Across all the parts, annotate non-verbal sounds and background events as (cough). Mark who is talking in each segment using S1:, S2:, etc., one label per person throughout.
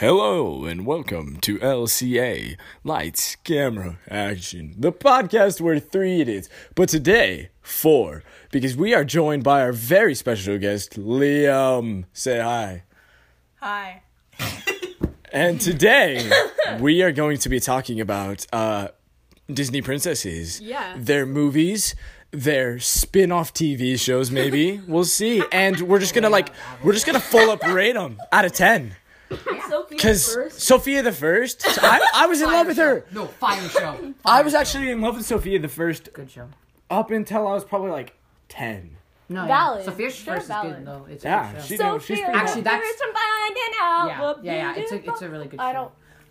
S1: Hello and welcome to LCA Lights, Camera, Action, the podcast where three it is, but today four, because we are joined by our very special guest, Liam. Say hi.
S2: Hi.
S1: And today we are going to be talking about uh, Disney princesses.
S2: Yeah.
S1: Their movies, their spin-off TV shows maybe. we'll see. And we're just going to like we're just going to full up rate them out of 10
S2: Sophie
S1: cuz Sophia the First, I, I was in love with her.
S3: No, fire (laughs) show.
S1: I was actually in love with Sophia the First
S3: good show.
S1: up until I was probably like 10.
S3: No,
S2: Valid.
S3: Sophia
S2: Sure
S3: First is
S2: valid.
S3: good though. It's a
S1: Yeah,
S3: good show.
S1: she no, she's pretty
S2: Sophia,
S3: Actually,
S1: actually,
S3: that's-
S2: there's some finding out
S3: yeah,
S2: what
S3: yeah, yeah. It's a
S2: beautiful-
S3: it's a really good show.
S2: I don't.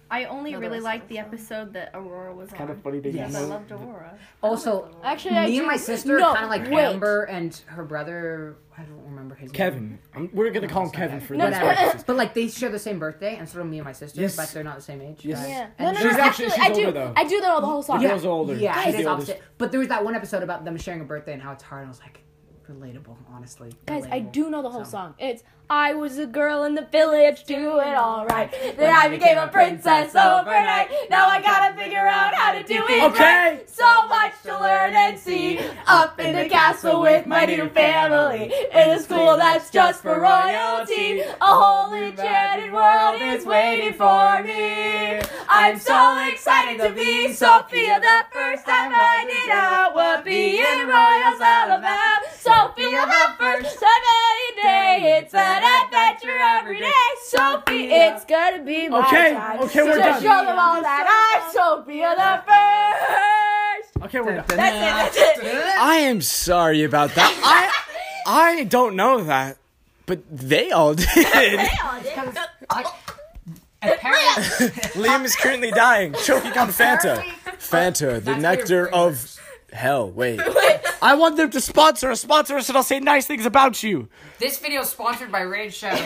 S4: I only
S3: No, there
S4: really
S3: was
S4: liked
S3: no
S4: the episode that Aurora was
S1: kind
S4: on.
S1: of funny to
S3: Yes.
S4: I
S1: know.
S4: loved Aurora.
S3: Also,
S2: Actually, I
S3: me
S2: do-
S3: and my sister
S2: no,
S3: kind of like
S2: wait.
S3: Amber and her brother. I don't remember his name.
S1: Kevin. I'm, we're going to call him Kevin for
S2: No,
S1: this.
S2: no,
S1: purposes.
S2: (laughs)
S3: Whatever. but like they share the same birthday, and so do me and my sister.
S1: Yes.
S3: But they're not the same age.
S1: Yes.
S3: guys.
S2: Yeah. No,
S3: And
S2: no,
S3: she's
S2: no.
S1: actually-
S2: Actually,
S1: she's
S2: I do.
S1: older, though.
S2: I do that all the whole song.
S1: Yeah. Girl's older.
S3: Yeah,
S1: She's
S3: it's
S1: the
S3: opposite. But there was that one episode about them sharing a birthday and how it's hard. I was like, relatable, honestly.
S2: Guys, I
S3: Relatable.
S2: do know the whole
S3: So-
S2: song. It's I was a girl in the village doing all right. Then I became a princess overnight. Now I gotta figure out how to do it.
S1: Okay.
S2: right. So much to learn and see. Up in the castle with my new family. In a school that's just for royalty. A whole enchanted world is waiting for me. I'm so excited to be Sophia the first time I did out what being royal's all about. Sophia the first time any day, it's an adventure every day. Sophie, it's gonna be my
S1: Okay,
S2: time
S1: okay, we're
S2: to
S1: done.
S2: show them all that I'm Sophia the first.
S1: Okay, we're done.
S2: That's it. That's it.
S1: I am sorry about that. I I don't know that, but they all did. (laughs)
S3: Apparently,
S1: Liam is currently dying, (laughs) choking on Fanta. Fanta, the
S3: your
S1: nectar
S3: brain
S1: of hell. Wait, I want them to sponsor us, sponsor us, and I'll say nice things about you.
S3: (laughs) this video is sponsored by Raid Shadow.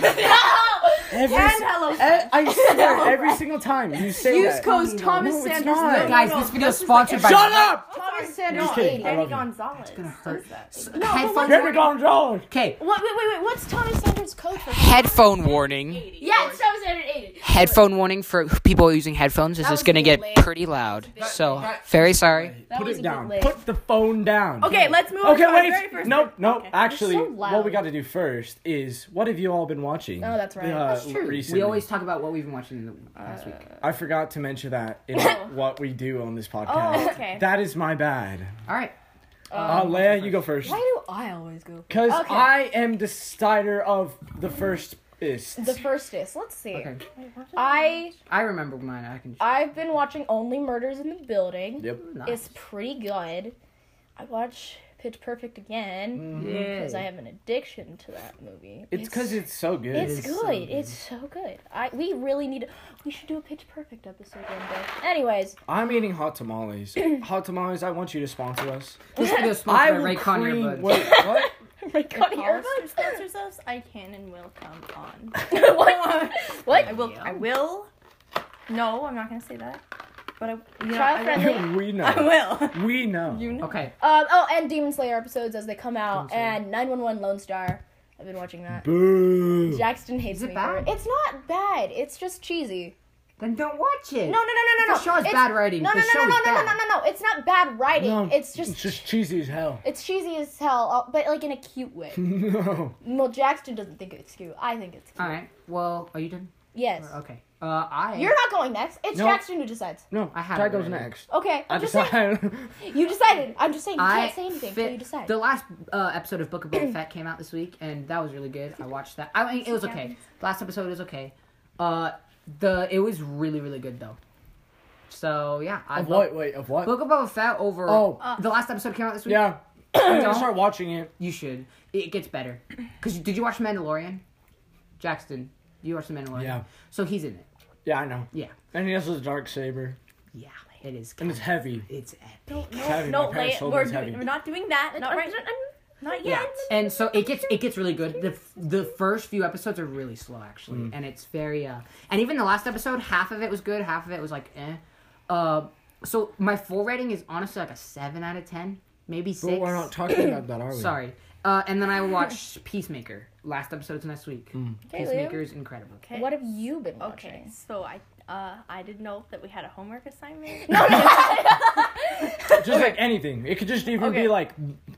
S1: Every,
S4: And hello.
S1: I,
S4: (laughs)
S1: I swear, every single time you say
S4: Use
S1: that.
S4: code Thomas
S1: No, it's
S4: Sanders.
S1: not.
S4: No, no,
S3: Guys,
S4: no.
S3: this video is sponsored by.
S1: Shut up!
S4: Thomas Sanders.
S1: Just kidding, I
S4: Danny
S1: love you.
S4: Gonzalez.
S3: It's gonna hurt.
S4: does that.
S3: Headphone.
S1: Here we go, John.
S3: Okay.
S2: What, wait, wait, wait. What's Thomas Sanders' code for?
S3: Headphone warning.
S2: Yeah, it's Thomas Sanders 80.
S3: Headphone warning for people using headphones. This is
S2: was
S3: going to
S2: a
S3: get
S2: bit lame.
S3: pretty loud. So, very sorry.
S4: That
S1: Put
S4: was
S1: it
S4: a
S1: down.
S4: bit late.
S1: Put the phone down.
S4: Okay, let's move on
S1: Okay,
S4: to our very
S1: wait.
S4: first
S1: Nope, nope. Actually,
S2: so loud.
S1: what we got to do first is what have you all been watching?
S4: Oh, that's right.
S1: that's true.
S3: We always talk about what we've been watching in the past week.
S1: I forgot to mention that
S4: (laughs)
S1: in what we do on this podcast.
S4: Oh, okay.
S1: That is my bad.
S3: All right.
S1: Uh, Leia, you go first.
S2: Why do I always go?
S1: Because
S2: Okay.
S1: I am decider of the first fist.
S2: The firstest. Let's see.
S3: Okay.
S2: I
S3: I remember mine. I can.
S2: I've been watching Only Murders in the Building.
S1: yep.
S2: It's pretty good. I watch Pitch Perfect again
S3: Mm-hmm.
S2: because I have an addiction to that movie.
S1: It's because it's so good.
S2: It's
S3: is
S2: good.
S3: so good.
S2: It's so good. I we really need. We should do a Pitch Perfect episode one day.
S3: (laughs)
S2: Anyways,
S1: I'm eating hot
S2: (clears throat)
S1: tamales. hot tamales, I want you to sponsor us.
S3: This
S2: (laughs)
S3: video is
S1: I
S3: sponsored by Raycon
S1: cream-
S3: earbuds.
S1: Wait, what?
S2: my
S4: If
S2: God,
S4: Paul's
S2: earbuds?
S4: to sponsors us, I can and will come on.
S2: (laughs) what? what?
S4: I will. I will. No, I'm not gonna say that. But I, you know,
S2: Child
S4: I, will.
S2: friendly.
S1: we know.
S4: (laughs) I will.
S1: We know.
S4: You know.
S3: Okay.
S2: Um, oh, and Demon Slayer episodes as they come out,
S3: Demon Slayer.
S2: and 911 Lone Star. I've been watching that.
S1: Boo.
S2: Jackson hates
S3: it
S2: me
S3: bad?
S2: for it. It's not bad. It's just cheesy.
S3: Then don't watch it.
S2: No, no, no, no, no, no.
S3: The show is
S2: It's-
S3: bad writing.
S2: No, no,
S3: The
S2: no,
S3: show
S2: no, no,
S3: is
S2: no, no,
S3: bad.
S2: no, no, no. It's not bad writing.
S1: No,
S2: it's just
S1: it's (laughs) just cheesy as hell.
S2: it's cheesy as hell, uh, but like in a cute way.
S1: No.
S2: well, Jackson doesn't think it's cute. I think it's cute.
S3: All right. Well, are you done?
S2: Yes.
S3: Okay. Uh, I.
S2: You're not going next. It's
S1: No.
S2: Jackson who decides.
S1: No,
S3: I have
S1: Ty
S3: it
S1: goes
S3: already.
S1: next.
S2: Okay,
S1: I
S2: I'm Oh, just saying.
S1: decide. (laughs)
S2: You decided. I'm just saying. You
S3: I
S2: can't say anything until
S3: fit-
S2: you decide.
S3: The last uh, episode of Book of Boba Fett came out this week, and that was really good. I watched that. I mean, it was okay. The last episode was okay. Uh, the it was really really good though. So yeah, I
S1: of
S3: love-
S1: what? Wait, of what?
S3: Book of Boba Fett over.
S1: Oh.
S3: the last episode came out this week.
S1: Yeah.
S2: (clears throat)
S1: I'm gonna
S3: Don't.
S1: start watching it.
S3: you should. It
S1: (clears throat)
S3: gets better. Cause you- did you watch Mandalorian? Jackson, you watched the Mandalorian.
S1: Yeah.
S3: So he's in it.
S1: Yeah, I know.
S3: Yeah.
S1: And he has his dark saber,
S3: Yeah. It is.
S1: and it's heavy.
S3: It's epic.
S1: It's heavy.
S4: No,
S1: My parents
S4: Leia,
S1: told me
S4: we're,
S1: it's heavy.
S4: doing, we're not doing that. Not right. Not yet.
S3: And so it gets it gets really good. The the first few episodes are really slow actually,
S1: Mm.
S3: and it's very uh and even the last episode, half of it was good, half of it was like eh. Uh, so my full rating is honestly like a seven out of ten. maybe six.
S1: But we're not talking about that, are we?
S3: (clears throat) Sorry. Uh, and then I watched (laughs) Peacemaker. Last episode's next week.
S1: Mm.
S4: Okay, Liam.
S3: Peacemaker is incredible.
S4: Okay.
S2: What have you been watching?
S4: Okay, so I uh I didn't know that we had a homework assignment.
S1: Just like anything. It could just even
S4: Okay.
S1: be like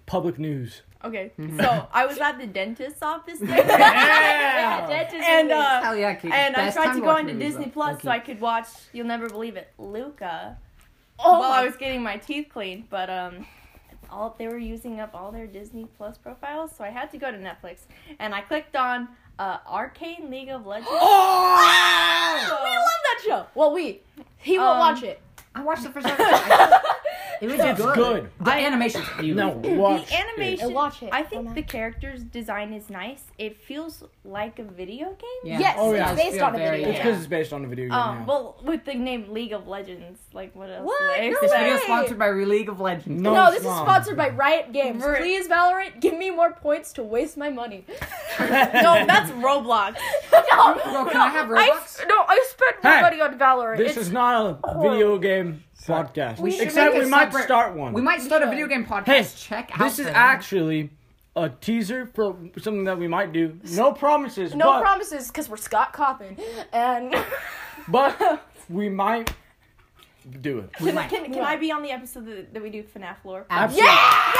S1: public news.
S4: okay, so I was at the dentist's (laughs) office today, (laughs)
S2: Yeah, that just
S4: and
S2: really-
S4: uh,
S3: Hell yeah, Kate.
S4: and I
S3: Best
S4: tried
S3: time
S4: to go
S3: watch
S4: onto
S3: movies,
S4: Disney
S3: though.
S4: Plus so
S3: Okay.
S4: I could watch. You'll never believe it, Luca.
S2: oh,
S4: while I was getting my teeth cleaned, but um, all they were using up all their Disney Plus profiles, so I had to go to Netflix, and I clicked on uh, Arcane League
S2: (gasps)
S4: of Legends.
S2: we Oh,
S3: Oh!
S2: love that show. Well, we he will
S4: Um,
S2: watch it.
S3: I watched the
S4: (laughs)
S3: first episode. it was
S1: It's
S3: good.
S1: good.
S3: The animation's
S1: No,
S3: beautiful.
S1: watch.
S4: the animation,
S2: And watch it.
S4: I
S2: Oh, no.
S4: think the character's design is nice. It feels like a video game.
S3: Yeah.
S2: Yes,
S1: Oh, yeah.
S2: it's based
S3: Yeah, Oh,
S2: on a
S3: very-
S2: video.
S1: It's because it's based on a video game.
S4: Um,
S1: now.
S4: well, with the name League of Legends, like what else?
S2: What?
S4: Would I
S2: No
S3: This
S4: expect?
S2: way.
S3: video is sponsored by League of Legends.
S1: No.
S2: No, this is
S1: Slum.
S2: sponsored by Riot Games.
S4: Ver-
S2: Please, Valorant, give me more points to waste my
S1: (laughs)
S2: money.
S4: no, Oh, that's
S2: (laughs)
S4: Roblox.
S2: no,
S3: Bro, can I have Robux?
S2: no, I spent
S1: Hey,
S2: on Valorant.
S1: This is not a video game podcast.
S3: We should
S1: Except
S3: make a
S1: we might
S3: separate-
S1: start one.
S3: We might start a
S2: should.
S3: video game podcast.
S1: Hey,
S3: Check out.
S1: This is
S3: the-
S1: actually a teaser for something that we might do. No promises,
S2: no
S1: but,
S2: promises because we're Scott Coppin. And (laughs)
S1: but
S3: (laughs)
S1: we might do it.
S3: We
S4: Can,
S3: might.
S4: can, can I be on the episode that, that we do FNAF lore?
S1: Absolutely.
S2: yeah,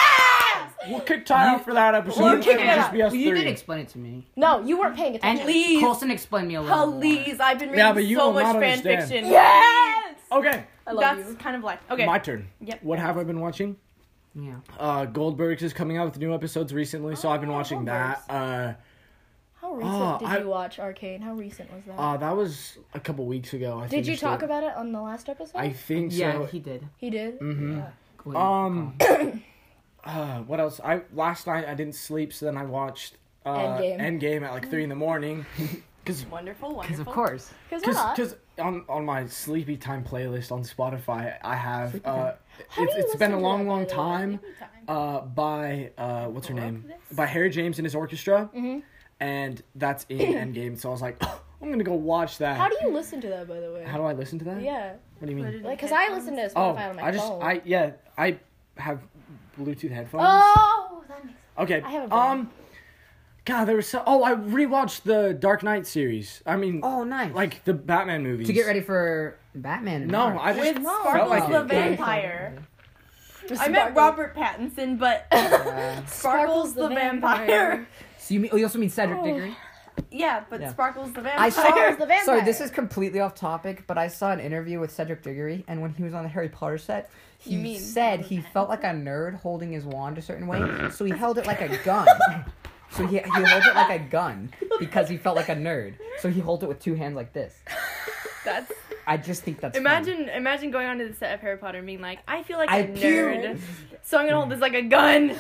S1: We'll kick Ty out for that episode.
S4: We're
S1: It'll
S4: kicking it
S1: just
S4: out.
S1: be us
S3: Well, you
S1: three.
S3: did explain it to me.
S2: no, you weren't paying
S3: And
S2: attention.
S4: Please.
S3: Colson explained me a little. bit more.
S4: Please, I've been reading
S1: Yeah, but you
S4: so
S1: will
S4: much
S1: not
S4: fan
S1: understand.
S4: fiction.
S2: yes,
S1: okay,
S2: I love
S4: That's
S2: you.
S4: kind of like okay.
S1: my turn.
S4: Yep.
S1: What have I been watching?
S3: Yeah.
S1: Uh, Goldbergs is coming out with new episodes recently, so I've been watching
S2: Oh,
S1: that.
S2: How recent
S1: Oh,
S2: did
S1: I-
S2: you watch Arcane? How recent was that?
S1: Uh, uh, that was a couple weeks ago. I
S2: did you
S1: finished
S2: talk
S1: it.
S2: about it on the last episode?
S1: I Mm-hmm. think
S3: Yeah,
S1: so.
S3: he did.
S2: he did. Yeah.
S3: Wait,
S1: Um, uh, what else? I last night I didn't sleep, so then I watched uh,
S2: Endgame.
S1: Endgame at like three in the
S3: (laughs)
S1: morning, because
S4: Wonderful,
S3: because
S4: wonderful.
S3: of course.
S2: Because we're not.
S1: because on on my sleepy time playlist on Spotify I have uh,
S2: do
S1: it's
S2: you
S1: it's been a
S2: listen to
S1: long
S2: that,
S1: long
S2: by the way?
S1: time uh, by uh, what's her name by Harry James and his orchestra,
S2: Mm-hmm.
S1: and that's
S2: (clears throat)
S1: in Endgame. So I was like, "Oh, I'm gonna go watch that.
S2: How do you listen to that, by the way?
S1: How do I listen to that?
S2: yeah,
S1: What do you mean?
S2: like because I listen to Spotify
S1: Oh,
S2: on my
S1: I just
S2: phone.
S1: I yeah I have Bluetooth headphones.
S2: oh, that makes.
S1: Okay.
S2: I have a brand.
S1: um. God, there was so. Oh, I rewatched the Dark Knight series. I mean,
S3: Oh, nice.
S1: like the Batman movies.
S3: to get ready for Batman. and
S1: No,
S3: Mark.
S1: I just
S4: With
S1: felt like
S4: Oh, the
S1: it.
S2: (laughs)
S4: vampire. I
S2: Sparkles.
S4: meant Robert
S2: (laughs)
S4: Pattinson, but (laughs) Sparkles the vampire.
S3: So you mean? Oh, you also mean Cedric Diggory?
S4: (laughs) Yeah, but
S3: Yeah.
S4: Sparkles the vampire.
S5: I saw.
S2: Sparkles the vampire.
S5: Sorry, this is completely off topic, but I saw an interview with Cedric Diggory, and when he was on the Harry Potter set, he
S4: You mean-
S5: said he felt like a nerd holding his wand a certain way,
S1: (laughs)
S5: so he held it like a gun. (laughs) So he, he held it like a gun because he felt like a nerd. So he held it with two hands like this.
S4: (laughs)
S2: (laughs)
S4: That's,
S5: I just think that's funny.
S4: imagine, imagine going onto the set of Harry Potter and being like, I feel like a
S5: I
S4: nerd, so I'm gonna hold this like a gun.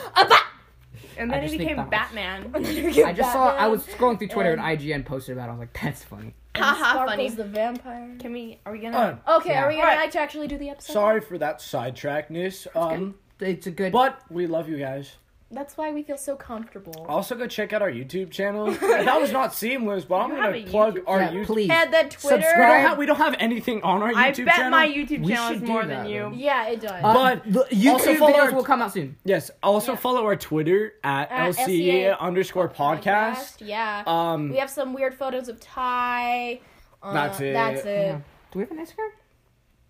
S4: And
S5: I
S4: then he
S5: just think
S4: became
S5: that
S2: (laughs)
S5: was-
S4: Batman.
S5: I just saw I was scrolling through Twitter and IGN posted about. it. I was like, that's funny.
S4: Haha,
S2: Sparkles
S4: funny.
S2: the vampire.
S4: Can we? Are we gonna?
S1: Uh,
S2: Okay,
S5: Yeah.
S2: are we gonna
S4: Alright.
S2: act- actually do the episode?
S1: sorry for that sidetrackness. Um,
S5: It's a good.
S1: but we love you guys.
S2: That's why we feel so comfortable.
S1: Also, go check out our YouTube channel. that was not seamless, but I'm
S4: You have
S1: gonna
S4: a
S1: plug
S4: YouTube
S1: our
S5: yeah,
S1: YouTube.
S5: please.
S4: Add that Twitter.
S1: We don't,
S5: Subscribe.
S1: have, we don't have anything on our YouTube
S4: I bet
S1: channel.
S4: my YouTube
S5: We
S4: channel is
S5: should do
S4: more
S5: that,
S4: than you.
S5: though.
S2: Yeah, it does.
S1: but
S5: the YouTube
S1: follow
S5: videos
S1: our-
S5: will come out soon.
S1: yes, also follow our Twitter at,
S2: At
S1: LCA
S2: LCA
S1: underscore podcast.
S2: Yeah.
S1: Um,
S2: we have some weird photos of Ty. Uh,
S1: That's it.
S2: That's it.
S5: Yeah. Do we have an Instagram?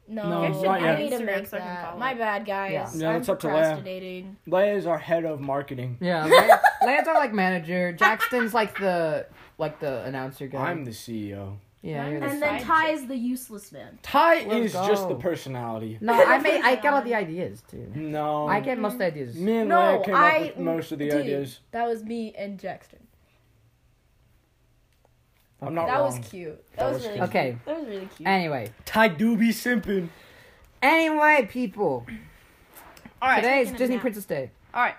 S2: No,
S1: No,
S4: You should
S1: not
S2: I
S1: yet.
S2: need to
S4: Instagram
S2: make
S4: so I can
S2: that.
S4: follow
S2: My
S4: it.
S2: bad, guys.
S5: Yeah.
S1: Yeah,
S2: I'm
S1: it's up to Leia.
S2: procrastinating.
S1: Leia is our head of marketing.
S5: Yeah, Lan- Lance are like manager. Jackson's like the like the announcer guy.
S1: I'm the E CEO.
S5: yeah. You're the
S2: And then
S5: side-
S2: Ty is the useless man.
S1: Ty
S5: Let's
S1: is just
S5: go.
S1: the personality.
S5: no, I made I got all the ideas too.
S1: No.
S5: I get most ideas.
S1: Me and
S2: No,
S1: Leia came
S2: I
S1: up with most of the
S2: dude,
S1: ideas.
S2: That was me and Jackson.
S1: I'm not
S2: That
S1: wrong.
S2: was cute. That,
S1: Oh,
S2: was,
S1: was cute.
S2: really cute.
S5: Okay.
S2: That was really cute.
S5: Anyway,
S1: Ty do be simping. (laughs)
S5: anyway, people.
S4: All right.
S5: Today is
S4: Taking a
S5: Disney
S4: nap.
S5: Princess Day.
S4: All right.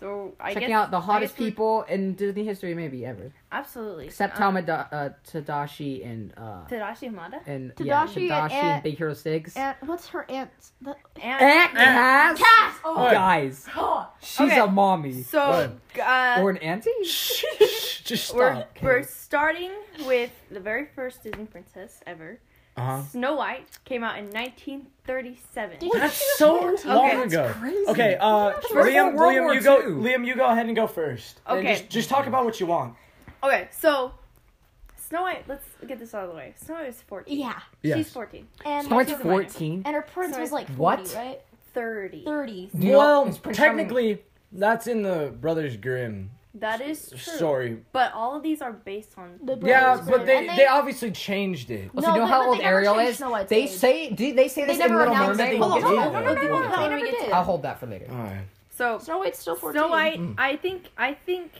S4: So I
S5: Checking
S4: guess,
S5: out the
S4: I
S5: hottest
S4: guess we-
S5: people in Disney history, maybe ever,
S4: Absolutely.
S5: except
S4: Um,
S5: Tama uh, Tadashi and uh
S4: Tadashi Hamada.
S5: and yeah,
S2: Tadashi and
S5: Tadashi and,
S2: Aunt-
S5: Big Hero Six.
S2: And what's her aunt? That,
S4: And-
S5: Aunt Cass.
S2: Cass! Oh,
S1: Alright.
S5: Guys,
S2: God.
S5: she's
S4: Okay.
S5: a mommy
S4: So uh,
S5: or an auntie.
S1: Just stop.
S4: we're, we're starting with the very first Disney princess ever,
S1: Uh-huh.
S4: Snow White came out in 1937.
S1: That's so long
S4: Okay.
S1: ago.
S3: crazy.
S1: Okay, uh,
S3: World
S1: Liam,
S3: War
S1: Liam, you
S3: II.
S1: go. Liam, you go ahead and go first. And
S4: Okay.
S1: just, just talk about what you want.
S4: Okay, so Snow White. Let's get this out of the way. Snow White is 14.
S2: Yeah.
S1: Yes.
S4: she's 14.
S2: And
S4: Snow White's
S2: and
S4: 14?
S2: her prince was like 40,
S3: What?
S2: right?
S4: 30.
S2: 30.
S3: You know,
S1: well,
S3: it's pretty
S1: technically, that's in the Brothers Grimm
S4: That is true.
S1: story.
S4: But all of these are based on.
S2: The
S1: Yeah,
S2: brothers
S1: but
S2: were-
S1: they,
S2: and
S1: they obviously changed it.
S3: Well,
S2: No,
S3: so you know
S2: but-
S3: how
S2: but
S3: old
S2: they never
S3: Ariel
S2: changed
S3: is?
S2: Snow White's
S3: They
S2: age.
S3: say do they say
S2: They
S3: this in
S2: never
S3: Little
S2: announced
S3: Mermaid?
S2: it. Hold on,
S3: We'll
S2: hold
S3: get
S2: on, hold on,
S3: to that.
S2: hold on,
S4: We'll
S2: hold on. They
S4: get to
S2: never
S4: that.
S2: did.
S3: I'll hold that for later.
S1: All right.
S4: So
S2: Snow White's still 14.
S4: Snow White, I think, I think,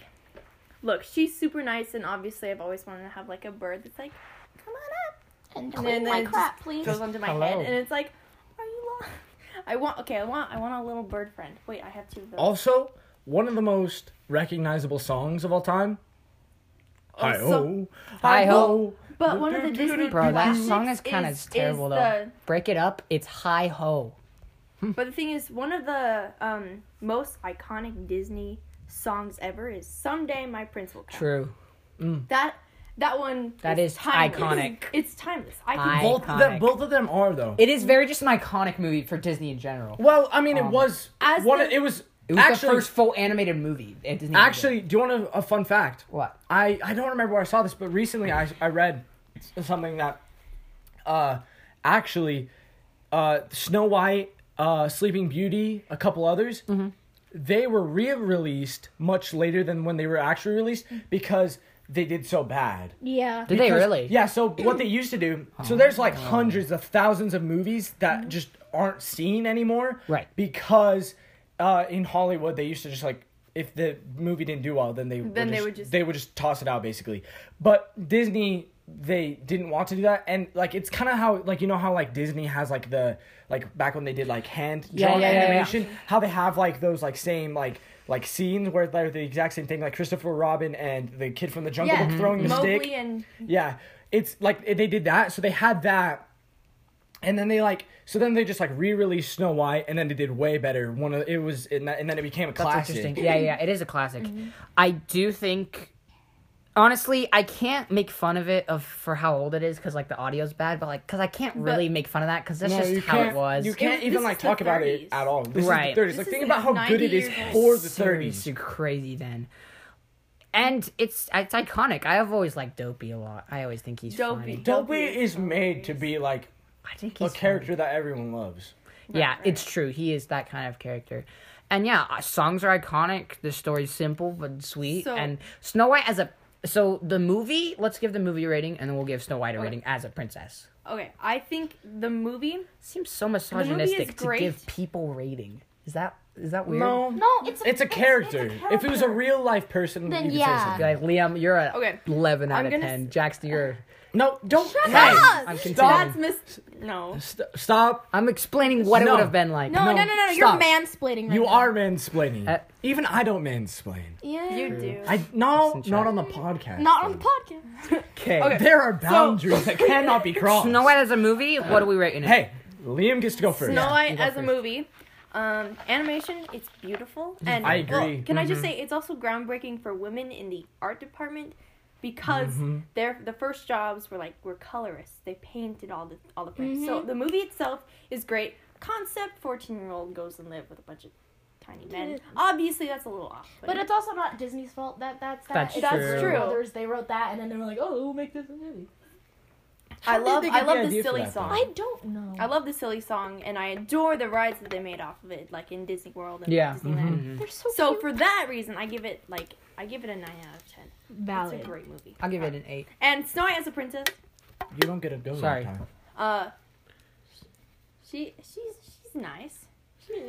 S4: look, she's super nice, and obviously, I've always wanted to have like a bird that's like, come on up,
S2: And
S4: and
S2: clean
S4: then
S2: my
S4: it
S2: crap,
S4: just
S2: please.
S4: goes onto my head, and it's like, are you lost? (laughs) I want, okay, I want, I want a little bird friend. Wait, I have two of those.
S1: Also, one of the most recognizable songs of all time. Hi ho,
S4: Also-
S1: hi ho.
S3: Hi-ho.
S4: but one of the Disney
S3: Bro, that
S4: classics
S3: song is kind of
S4: is
S3: terrible though.
S4: the-
S3: Break it up. It's hi ho.
S4: But the thing is, one of the um, most iconic Disney songs ever is "Someday My Prince Will Come."
S3: True.
S4: That that one
S3: That
S4: is
S3: is
S4: timeless.
S3: iconic.
S4: It's timeless. I can
S3: I-
S1: Both of, them,
S3: Iconic.
S1: both of them are though.
S3: It is very just an iconic movie for Disney in general.
S1: well, I mean, it
S3: Um,
S1: was
S4: as
S1: one.
S4: the-
S1: it was,
S3: It was
S1: actually
S3: the first full animated movie at Disney.
S1: Actually, do you want a, a fun fact?
S3: What?
S1: I, I don't remember where I saw this, but recently I, I read s- something that uh, actually uh, Snow White, uh, Sleeping Beauty, a couple others, they were re released much later than when they were actually released because they did so bad.
S2: Yeah.
S3: did they
S1: Because-
S3: really? Oh
S1: Yeah, so what they used to do, so there's like hundreds of thousands of movies that just aren't seen anymore.
S3: Right.
S1: Because uh, in Hollywood, they used to just like, if the movie didn't do well, then they
S4: Then
S1: would
S4: they
S1: just,
S4: would just-
S1: they would just toss it out basically. But Disney they didn't want to do that and like it's kind of how like you know how like Disney has like the like back when they did like hand drawn
S3: yeah, yeah, yeah.
S1: animation how they have like those like same like like scenes where they're the exact same thing like Christopher Robin and the kid from the jungle
S4: Yeah,
S1: Book throwing the
S4: Mowgli
S1: stick
S4: and
S1: yeah, it's like they did that, so they had that, and then they like, so then they just like re-released Snow White, and then they did way better. One of it was, and, that, and then it became a
S3: That's
S1: classic.
S3: interesting. Yeah, yeah, it is a classic.
S1: Mm-hmm.
S3: I do think, honestly, I can't make fun of it of for how old it is because like the audio's bad, but like because I can't really make fun of that because that's
S1: No, you
S3: just how it
S1: can't-
S3: was.
S1: You can't
S4: It-
S1: even
S4: this
S1: like
S4: is the
S1: talk about it
S4: 30s.
S1: at all. This is
S3: Right.
S1: the 30s. Like
S4: This
S1: think
S4: is
S1: about how good
S4: 90
S1: it is
S4: years
S1: for the
S3: So-
S1: 30s.
S3: So crazy then. And it's it's iconic. I have always liked Dopey a lot. I always think he's
S4: Dopey.
S3: funny.
S1: Dopey is made to be like
S3: I think
S1: a
S3: he's
S1: character that everyone loves.
S3: funny. Yeah, it's true. He is that kind of character. And yeah, uh, songs are iconic. The story's simple but sweet.
S4: So-
S3: and Snow White as a so the movie. Let's give the movie a rating, and then we'll give Snow White a rating as a princess.
S4: okay. I think the movie
S3: Seems so
S4: movie is
S3: misogynistic to
S4: great.
S3: give people rating. Is that is that weird?
S2: No, it's
S1: it's a character. If it was a real life person,
S2: Then
S1: you could
S2: yeah.
S1: say something.
S3: Like Liam, you're a
S4: Okay.
S3: eleven out
S4: I'm
S3: of
S4: gonna
S3: ten.
S4: s- uh,
S3: Jackson, you're.
S1: No, don't. Shut
S4: up!
S3: I'm
S4: that's
S3: continuing.
S4: mis no.
S1: stop.
S3: I'm explaining what it
S1: No.
S3: would have been like.
S2: No, no, no, no, no. You're
S1: stop.
S2: mansplaining right
S1: You
S2: now.
S1: are mansplaining.
S3: Uh,
S1: Even I don't mansplain.
S2: Yeah.
S4: You do.
S1: I no,
S3: Listen,
S1: not
S3: Chad.
S1: on the podcast.
S2: Not on the podcast.
S3: Okay.
S1: There are boundaries
S4: (laughs)
S1: that cannot be crossed.
S3: Snow White as a movie. What are we rating it?
S1: Hey, Liam gets to go first.
S4: Snow
S3: you
S4: White
S3: go
S4: as a
S3: first.
S4: movie. Um, animation, it's beautiful, and
S1: I
S4: well,
S1: agree.
S4: can I just say it's also groundbreaking for women in the art department because their the first jobs were like were colorists. They painted all the all the frames. So
S1: Mm-hmm.
S4: the movie itself is great. Concept: fourteen year old goes and live with a bunch of tiny men. Obviously, that's a little off.
S2: But it's also not Disney's fault that that's that.
S3: That's
S2: It's
S3: That's
S2: their
S4: true.
S2: Brothers, they wrote that, and then they were like, "Oh, we'll make this a movie."
S4: I
S1: did
S4: love
S1: they
S4: I
S1: get the
S4: love the
S1: idea for
S4: silly
S1: that, though?
S4: song.
S2: I don't know.
S4: I love the silly song, and I adore the rides that they made off of it, like in Disney World and
S3: Yeah. mm-hmm.
S4: Disneyland.
S2: They're so,
S4: So
S2: cute.
S4: for that reason, I give it like I give it a nine out of ten.
S2: valid.
S4: It's a great movie.
S3: I'll give it an eight.
S4: And Snow White as a princess,
S1: You don't get a go.
S3: Sorry.
S1: that time.
S4: uh, she she's she's nice.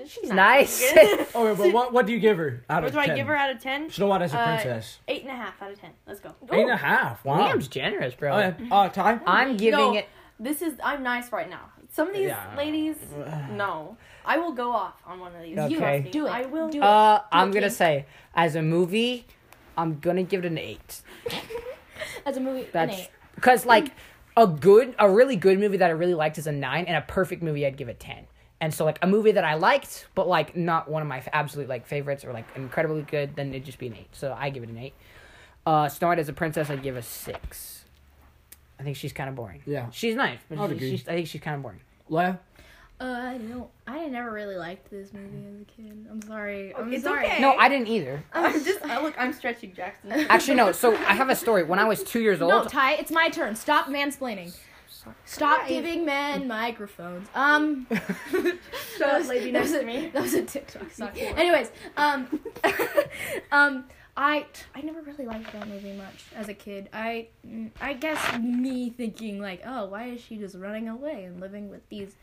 S2: She's
S3: Nice. (laughs)
S4: (laughs)
S1: Okay, but what what do you give her out
S4: What
S1: of
S4: do I
S1: ten?
S4: give her out of ten?
S1: Snow White as a
S4: Uh,
S1: princess.
S4: Eight and a half out of ten. Let's go.
S1: Eight and a half. Wow.
S3: Liam's generous, bro.
S1: Oh, yeah. Uh, Ty.
S3: I'm giving
S4: No,
S3: it.
S4: This is I'm nice right now. Some of these
S1: Yeah.
S4: ladies, no, I will go off on one of these.
S3: Okay.
S4: Trust me.
S2: Do it.
S4: I will
S2: Do it.
S3: Uh, I'm gonna say as a movie, I'm gonna give it an eight.
S2: As a movie, an
S3: That's
S2: eight.
S3: because like a good, a really good movie that I really liked is a nine, and a perfect movie I'd give it ten. And so like a movie that I liked, but like not one of my f- absolute like favorites or like incredibly good, then it'd just be an eight. So I give it an eight. Uh, Snow White as a princess, I'd give a six. I think she's kind of boring.
S1: Yeah.
S3: she's nice, but
S1: I'd
S3: she-
S1: agree.
S3: she's, I think she's kind of boring.
S1: Leia?
S2: Uh, no, I never really liked this movie as a kid. I'm sorry. I'm
S4: It's
S2: sorry.
S4: okay.
S3: No, I didn't either.
S4: (laughs) I'm just I look. I'm stretching Jackson.
S3: Actually, no. So I have a story. When I was two years old,
S2: No, Ty, it's my turn. Stop mansplaining. Stop giving men microphones.
S4: (laughs)
S2: Um,
S4: Shut up,
S2: was-
S4: lady
S2: that
S4: next
S2: was
S4: to
S2: a-
S4: me.
S2: That was a TikTok
S4: (laughs)
S2: song. Anyways, um, (laughs) um, I I never really liked that movie much as a kid. I mm, I guess me thinking like, oh, why is she just running away and living with these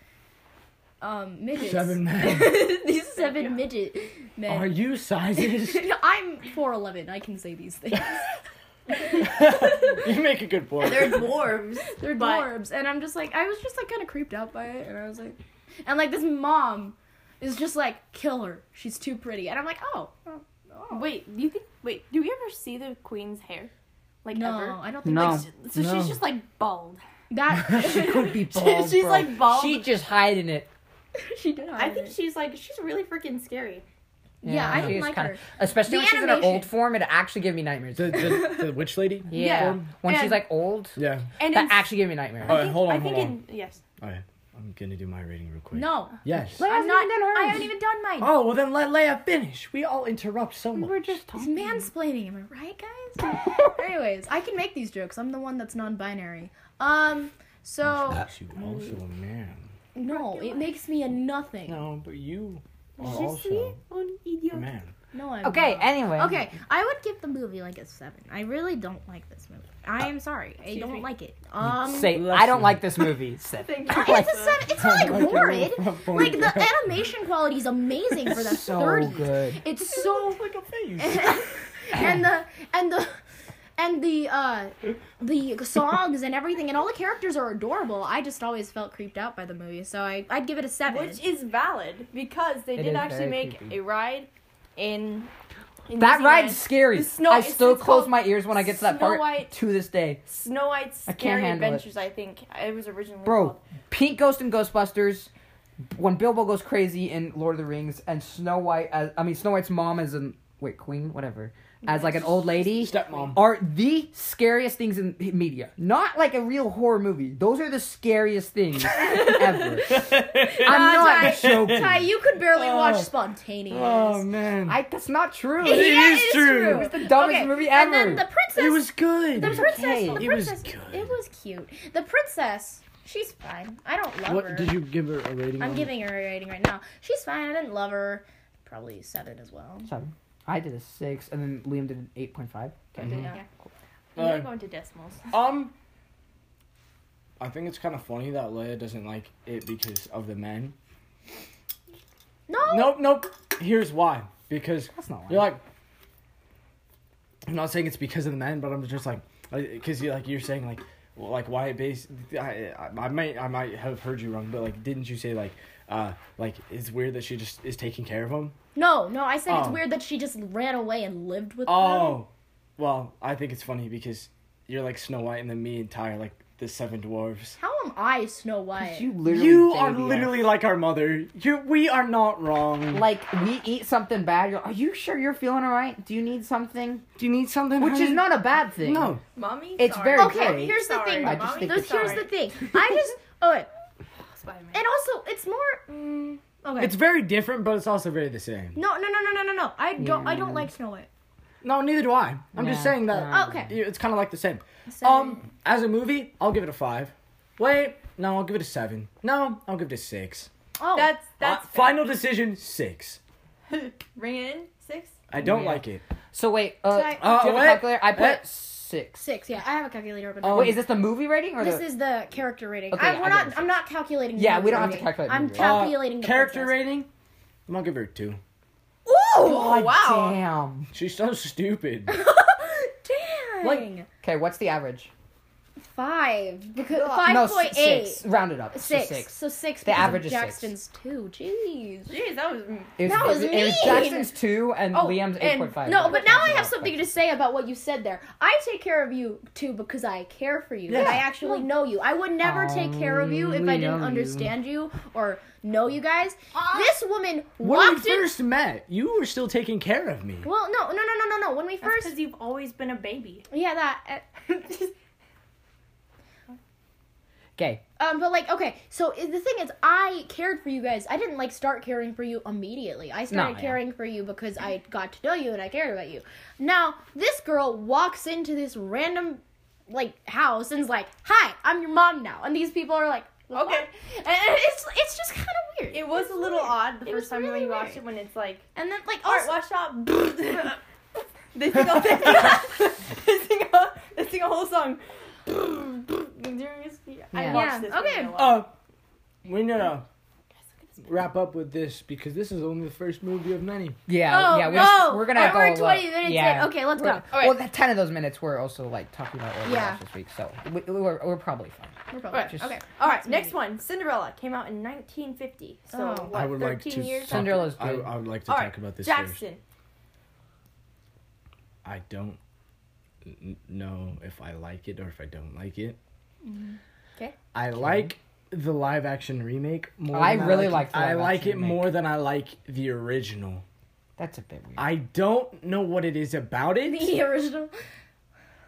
S2: um midgets? (laughs)
S4: (laughs)
S1: Seven men.
S2: these seven midget men.
S1: Are you
S4: (laughs)
S1: sizes?
S2: (laughs) I'm four eleven. I can say these things.
S1: you make a good point. (laughs)
S4: They're dwarves.
S2: (laughs)
S4: (laughs)
S2: They're
S4: But-
S2: dwarves, and I'm just like, I was just like kind of creeped out by it, and I was like, and like this mom is just like, kill her. She's too pretty, and I'm like, oh, oh, oh.
S4: Wait, do you think? Wait, do we ever see the queen's hair? Like
S2: no,
S4: ever?
S2: I don't think
S3: No.
S2: like,
S4: So
S1: No.
S4: she's just like bald.
S1: (laughs)
S2: that. (laughs)
S3: could be
S4: bald, (laughs) She's, bro. like, bald.
S3: She just hiding it.
S2: she did.
S4: I
S2: hide
S4: think
S2: it.
S4: she's like she's really freaking scary.
S2: Yeah, I didn't
S3: she's
S2: like
S3: kinda-
S2: her.
S3: Especially
S2: The
S3: when she's in her
S2: animation.
S3: old form, it actually gave me nightmares.
S1: The, the, the witch lady?
S3: yeah.
S4: Yeah.
S3: when she's
S4: And-
S3: like old,
S1: Yeah.
S4: And
S3: that
S4: in-
S3: actually gave me nightmares.
S1: Alright,
S4: I think-
S1: hold on,
S4: I think
S1: hold
S4: in yes.
S1: All right. I'm going to do my rating real quick.
S2: no.
S1: Yes.
S2: I'm
S3: hasn't
S2: not.
S3: even done hers.
S2: I haven't even done mine.
S1: Oh, well then let Leia finish. We all interrupt so much.
S2: It's mansplaining, am I right, guys? Anyways, I can make these jokes. I'm the one that's non-binary. Um, so
S1: You also a man.
S2: no, it makes me a nothing.
S1: No, but you are
S4: Just
S1: also
S4: un
S1: a
S3: (laughs)
S4: idiot.
S1: man.
S2: No, I'm
S3: Okay.
S2: not.
S3: Anyway.
S2: Oh. Okay, I would give the movie like a seven. I really don't like this movie. I am sorry, I don't like it. Um,
S3: Say I don't like this (laughs) movie. Seth.
S2: it's a seven. It's not like horrid.
S1: (laughs) from
S2: Like
S1: Boy
S2: the animation quality is amazing for the
S3: So
S2: 30s.
S3: good.
S2: It's so
S1: Like a face.
S2: (laughs) and the and the and the uh the songs and everything and all the characters are adorable. I just always felt creeped out by the movie, so I I'd give it a seven.
S4: Which is valid because they
S3: It
S4: did
S3: is
S4: actually
S3: very
S4: make
S3: creepy.
S4: a ride in, in
S3: That
S4: New
S3: ride's
S4: Zealand.
S3: scary.
S4: The snow-
S3: I
S4: it's-
S3: still
S4: it's
S3: close
S4: called
S3: my ears when I get to that
S4: Snow
S3: part
S4: White-
S3: to this day.
S4: Snow White's
S3: I can't
S4: Scary
S3: handle it.
S4: Adventures. I think it was originally
S3: Bro,
S4: called.
S3: Pink Ghost and Ghostbusters, when Bilbo goes crazy in Lord of the Rings, and Snow White as I mean Snow White's mom as an wait queen whatever as like an old lady
S1: Stepmom.
S3: are the scariest things in media. Not like a real horror movie. Those are the scariest
S1: (laughs)
S3: things ever. I'm
S2: Ty-
S3: not joking.
S2: Ty, you could barely watch
S1: Oh.
S2: Spontaneous.
S1: Oh man.
S3: I, that's not true.
S2: yeah,
S3: It
S2: it
S1: is
S2: is
S1: true.
S2: true.
S1: It was
S3: the dumbest
S2: okay.
S3: movie
S2: And
S3: ever.
S2: then the princess.
S1: it was good.
S2: the princess.
S3: okay.
S2: The
S1: It was
S2: princess.
S1: good.
S2: It was cute. The princess. She's fine. I don't love her.
S1: What did you give her a rating?
S2: I'm
S1: on
S2: giving her a rating right now. She's fine. I didn't love her. Probably seven as well.
S3: Seven. I did a six, and then Liam did an eight point five.
S4: Yeah.
S1: Uh,
S4: I'm not going to decimals.
S1: it? Um I think it's kind of funny that Leia doesn't like it because of the men.
S2: No.
S1: Nope, nope. Here's why. Because
S3: That's not
S1: you're like I'm not saying it's because of the men, but I'm just like because you like you're saying like well, like why it based I, I I might I might have heard you wrong, but like didn't you say like uh like it's weird that she just is taking care of him?
S2: No, no, I said it's
S1: Oh.
S2: weird that she just ran away and lived with them.
S1: Oh, well, I think it's funny because you're like Snow White, and then me and Ty are like the seven dwarves.
S2: How am I Snow White?
S3: You literally.
S1: you are
S3: baby us.
S1: literally like our mother. You, we are not wrong.
S3: like we eat something bad. You're, are you sure you're feeling all right? Do you need something?
S1: do you need something?
S3: Which is
S1: honey?
S3: not a bad thing.
S1: No,
S4: Mommy,
S3: It's
S4: sorry.
S3: very
S2: okay,
S3: Sorry.
S2: here's the thing.
S4: Sorry.
S2: though.
S3: I just think
S2: There's-
S3: it's-
S2: here's the thing.
S1: (laughs)
S2: I just oh, wait.
S4: Spider-Man.
S2: and also it's more. Mm, okay.
S1: it's very different, but it's also very the same.
S2: no, no, no, no, no, no, no. I don't. I
S1: Mm.
S2: don't like Snow White.
S1: No, neither do I. I'm just
S3: Yeah.
S1: saying that.
S2: Oh, okay.
S1: you- It's kind of like the same.
S2: So-
S1: Um, as a movie, I'll give it a five. Wait, no, I'll give it a seven. No, I'll give it a six.
S2: Oh,
S4: That's
S1: Uh,
S4: that's
S1: final decision six.
S4: (laughs) Ring it in six.
S1: I don't
S3: Yeah.
S1: like it.
S3: So wait, uh,
S2: Sorry.
S3: do you have a
S1: wait.
S3: calculator? I put
S1: Eh.
S3: six.
S2: six. Yeah, I have a calculator open.
S1: Um, Oh,
S3: wait, is this the movie rating or
S2: this
S3: the,
S2: is the character rating.
S3: Okay,
S2: I,
S3: I
S2: we're
S3: get it.
S2: not. I'm not calculating. the
S3: Yeah, we
S2: character
S3: don't have to
S2: rating.
S3: calculate the
S2: I'm
S3: movie.
S1: Uh,
S2: calculating the
S1: character
S2: princess.
S1: rating. I'm gonna give her a two.
S2: Ooh,
S4: Oh, wow.
S3: Damn.
S1: She's so (laughs) stupid.
S2: (laughs) dang.
S3: Like- Okay, what's the average?
S2: five because
S3: no,
S2: five
S3: s-
S2: point eight.
S3: six. Round it up. So
S2: Six.
S3: six.
S2: So six.
S3: The
S2: because of
S3: average is six.
S2: Jackson's two. Jeez.
S4: Jeez, that was
S3: It
S2: That was
S3: it, it was
S2: mean.
S3: Jackson's two and
S2: Oh,
S3: Liam's
S2: and-
S3: eight point five.
S2: No, but now I have something to say about what you said there. I take care of you too because I care for you.
S1: Yeah.
S2: I actually know you. I would never
S3: Oh,
S2: take care of you if
S3: we
S2: I
S3: know
S2: didn't
S3: you. Uh,
S2: understand you or know you guys. this woman
S1: When
S2: walked
S1: we
S2: in.
S1: first met, you were still taking care of me.
S2: Well, no, no, no, no, no, no. When we first,
S3: (laughs)
S4: because you've always been a baby.
S2: yeah, that. uh,
S5: Gay.
S2: Um, but like, okay, so i- the thing is, I cared for you guys. I didn't like start caring for you immediately. I started
S5: yeah.
S2: caring for you because I got to know you and I cared about you. Now this girl walks into this random like house and's like, "Hi, I'm your mom now," and these people are like, "What?"
S4: Okay.
S2: and and it's it's just kind of weird.
S4: It was
S2: It's
S4: a little
S2: weird.
S4: odd the
S2: It was
S4: first time when
S2: really
S4: you watched
S2: weird.
S4: it when it's like
S2: And then like,
S4: art
S2: also,
S4: wash (laughs) up. they sing a they sing a, they sing a whole song. I
S5: Yeah.
S4: watched
S2: Yeah,
S4: this.
S2: okay.
S4: video a lot.
S1: Uh, we're gonna wrap up with this because this is only the first movie of many.
S5: Yeah,
S2: Oh,
S5: yeah. We're,
S2: no.
S5: we're gonna
S2: Or
S5: have
S2: we're
S3: uh,
S5: all
S2: 20
S5: up.
S2: minutes in.
S5: Yeah.
S2: Okay, let's
S5: We're-
S2: go. All right.
S5: Well, the ten of those minutes were also like talking about what we
S2: Yeah.
S5: watched this week, so we, we were, we're probably fine.
S2: We're probably-
S4: Okay.
S5: Just-
S2: okay.
S4: All right, next one. Cinderella came out in 1950. So
S2: Oh.
S4: what,
S1: I would
S4: 13
S1: like to.
S4: years.
S1: Talk,
S5: Cinderella's
S1: I,
S5: good.
S1: I would like to
S4: All
S1: talk
S4: right,
S1: about this first.
S4: Jackson.
S1: I don't n- know if I like it or if I don't like it.
S4: 'Kay.
S1: I like the live action remake more.
S5: I
S1: than
S5: really
S1: like
S5: like the
S1: I
S5: live
S1: like
S5: action
S1: it
S5: remake.
S1: more than I like the original.
S5: That's a bit weird.
S1: I don't know what it is about it.
S2: The original.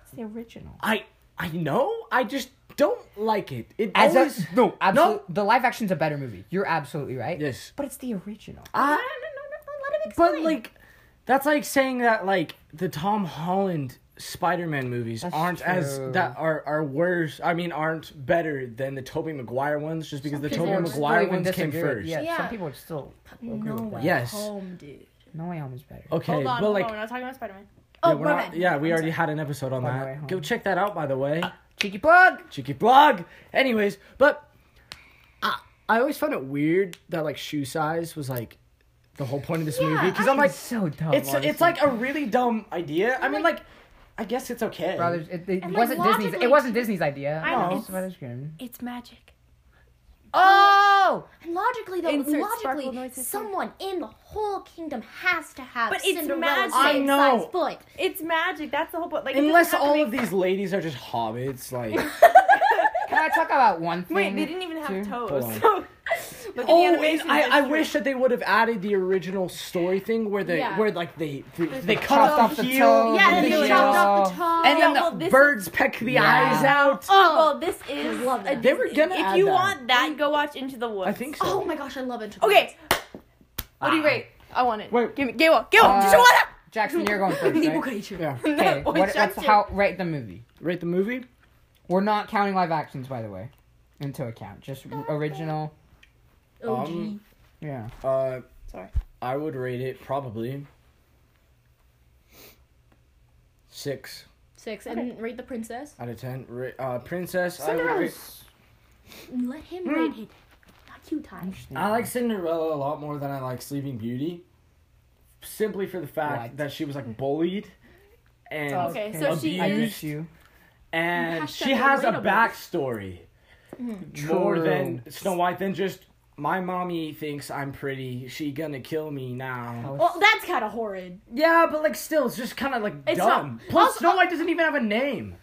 S4: It's the original.
S1: I I know. I just don't like it. It
S5: As
S1: always
S5: a, no, absolutely. The live action's a better movie. You're absolutely right.
S1: Yes.
S5: but it's the original.
S2: Uh,
S1: I,
S2: Let him explain.
S1: but like that's like saying that like the Tom Holland Spider-Man movies
S5: That's
S1: aren't as
S5: true.
S1: that are are worse. I mean, aren't better than the Tobey Maguire ones, just because the
S2: people
S1: Tobey
S2: would
S5: Still
S1: Maguire
S5: even
S1: ones came
S5: disagree.
S1: first.
S5: Yeah,
S2: Yeah.
S5: some people would still agree
S2: no
S5: with
S2: way.
S5: that.
S1: Yes.
S2: Home, dude.
S5: No Way Home is better.
S1: Okay,
S4: Hold on,
S1: but
S4: hold
S1: like,
S4: on. We're not talking about Spider-Man.
S2: Oh,
S1: yeah, we're
S2: my
S1: not-
S2: bad.
S1: yeah, we already had an episode on
S5: On the way
S1: that.
S5: home.
S1: Go check that out, by the way.
S5: Cheeky plug.
S1: Cheeky blog. Anyways, but I, I always found it weird that like shoe size was like the whole point of this movie because I'm like,
S5: It's so dumb.
S1: it's
S5: honestly.
S1: it's like a really dumb idea. I mean, like, I guess it's okay.
S5: Brothers, it, it
S2: And, like,
S5: wasn't Disney's.
S2: logically-
S5: It wasn't Disney's idea.
S4: I know.
S5: It's Spider-Man's good.
S4: It's magic.
S5: Oh,
S2: And logically, though,
S4: Insert sparkle
S2: logically,
S4: noises here.
S2: someone in the whole kingdom has to have
S4: But it's
S2: Cinderella's
S4: magic. I
S2: same
S1: know.
S2: size foot.
S4: It's magic. That's the whole point. Like, it doesn't
S1: Unless
S4: have to
S1: all
S4: make-
S1: of these ladies are just hobbits, like
S5: (laughs) can I talk about one thing?
S4: Wait, they didn't even have
S5: too?
S1: Hold on.
S4: toes. (laughs) So, but the
S1: oh, and
S4: animation is
S1: I, I
S4: true.
S1: wish that they would have added the original story thing where they
S2: Yeah.
S1: where like they they, they cut
S5: chopped
S1: off
S5: off
S1: the
S5: the
S1: heel,
S5: toe,
S2: Yeah, and then
S5: the
S2: they
S1: heel,
S2: chopped off the
S5: heel.
S2: tongue.
S1: and then
S4: Yeah, well,
S1: the
S4: this
S1: birds peck the eyes out.
S2: oh,
S4: Well, this is.
S2: I love
S4: a
S2: that.
S1: They were
S4: Disney-
S1: gonna
S4: If
S1: add
S4: you
S1: that.
S4: want that, go watch Into the Woods.
S1: I think so.
S2: oh my gosh, I love it.
S4: Okay. What do you rate? I want it.
S1: Wait.
S4: Give me. Give one. Give one.
S5: Uh,
S4: Just (laughs) one.
S3: (laughs)
S5: Jackson,
S2: (laughs)
S5: you're going first. Right?
S1: Yeah.
S5: Okay,
S4: Or
S5: what, what's
S4: Jackson.
S5: how rate the movie?
S1: Rate the movie.
S5: We're not counting live actions, by the way, into account. Just original.
S2: OG.
S1: Um,
S5: Yeah.
S1: Uh,
S4: Sorry.
S1: I would rate it probably six
S2: Six. And rate the princess.
S1: out of ten. Ra- uh, princess. I, would rate-
S5: Cinderella's.
S2: Let him rate it. Not you, Ty.
S5: Interesting.
S1: I like Cinderella a lot more than I like Sleeping Beauty, simply for the fact
S5: Right.
S1: that she was like bullied, and
S4: Okay, so she
S5: I
S1: abused.
S5: get you.
S1: and
S2: Hashtag
S1: she has a
S2: relatable.
S1: backstory more
S5: True.
S1: than Snow White than just my mommy thinks I'm pretty. She gonna kill me
S3: Oh.
S1: now.
S2: Well, that's kind of horrid.
S1: Yeah, but like still, it's just kind of like
S2: It's
S1: dumb.
S2: not-
S1: Plus,
S2: also-
S1: Snow White doesn't even have a name.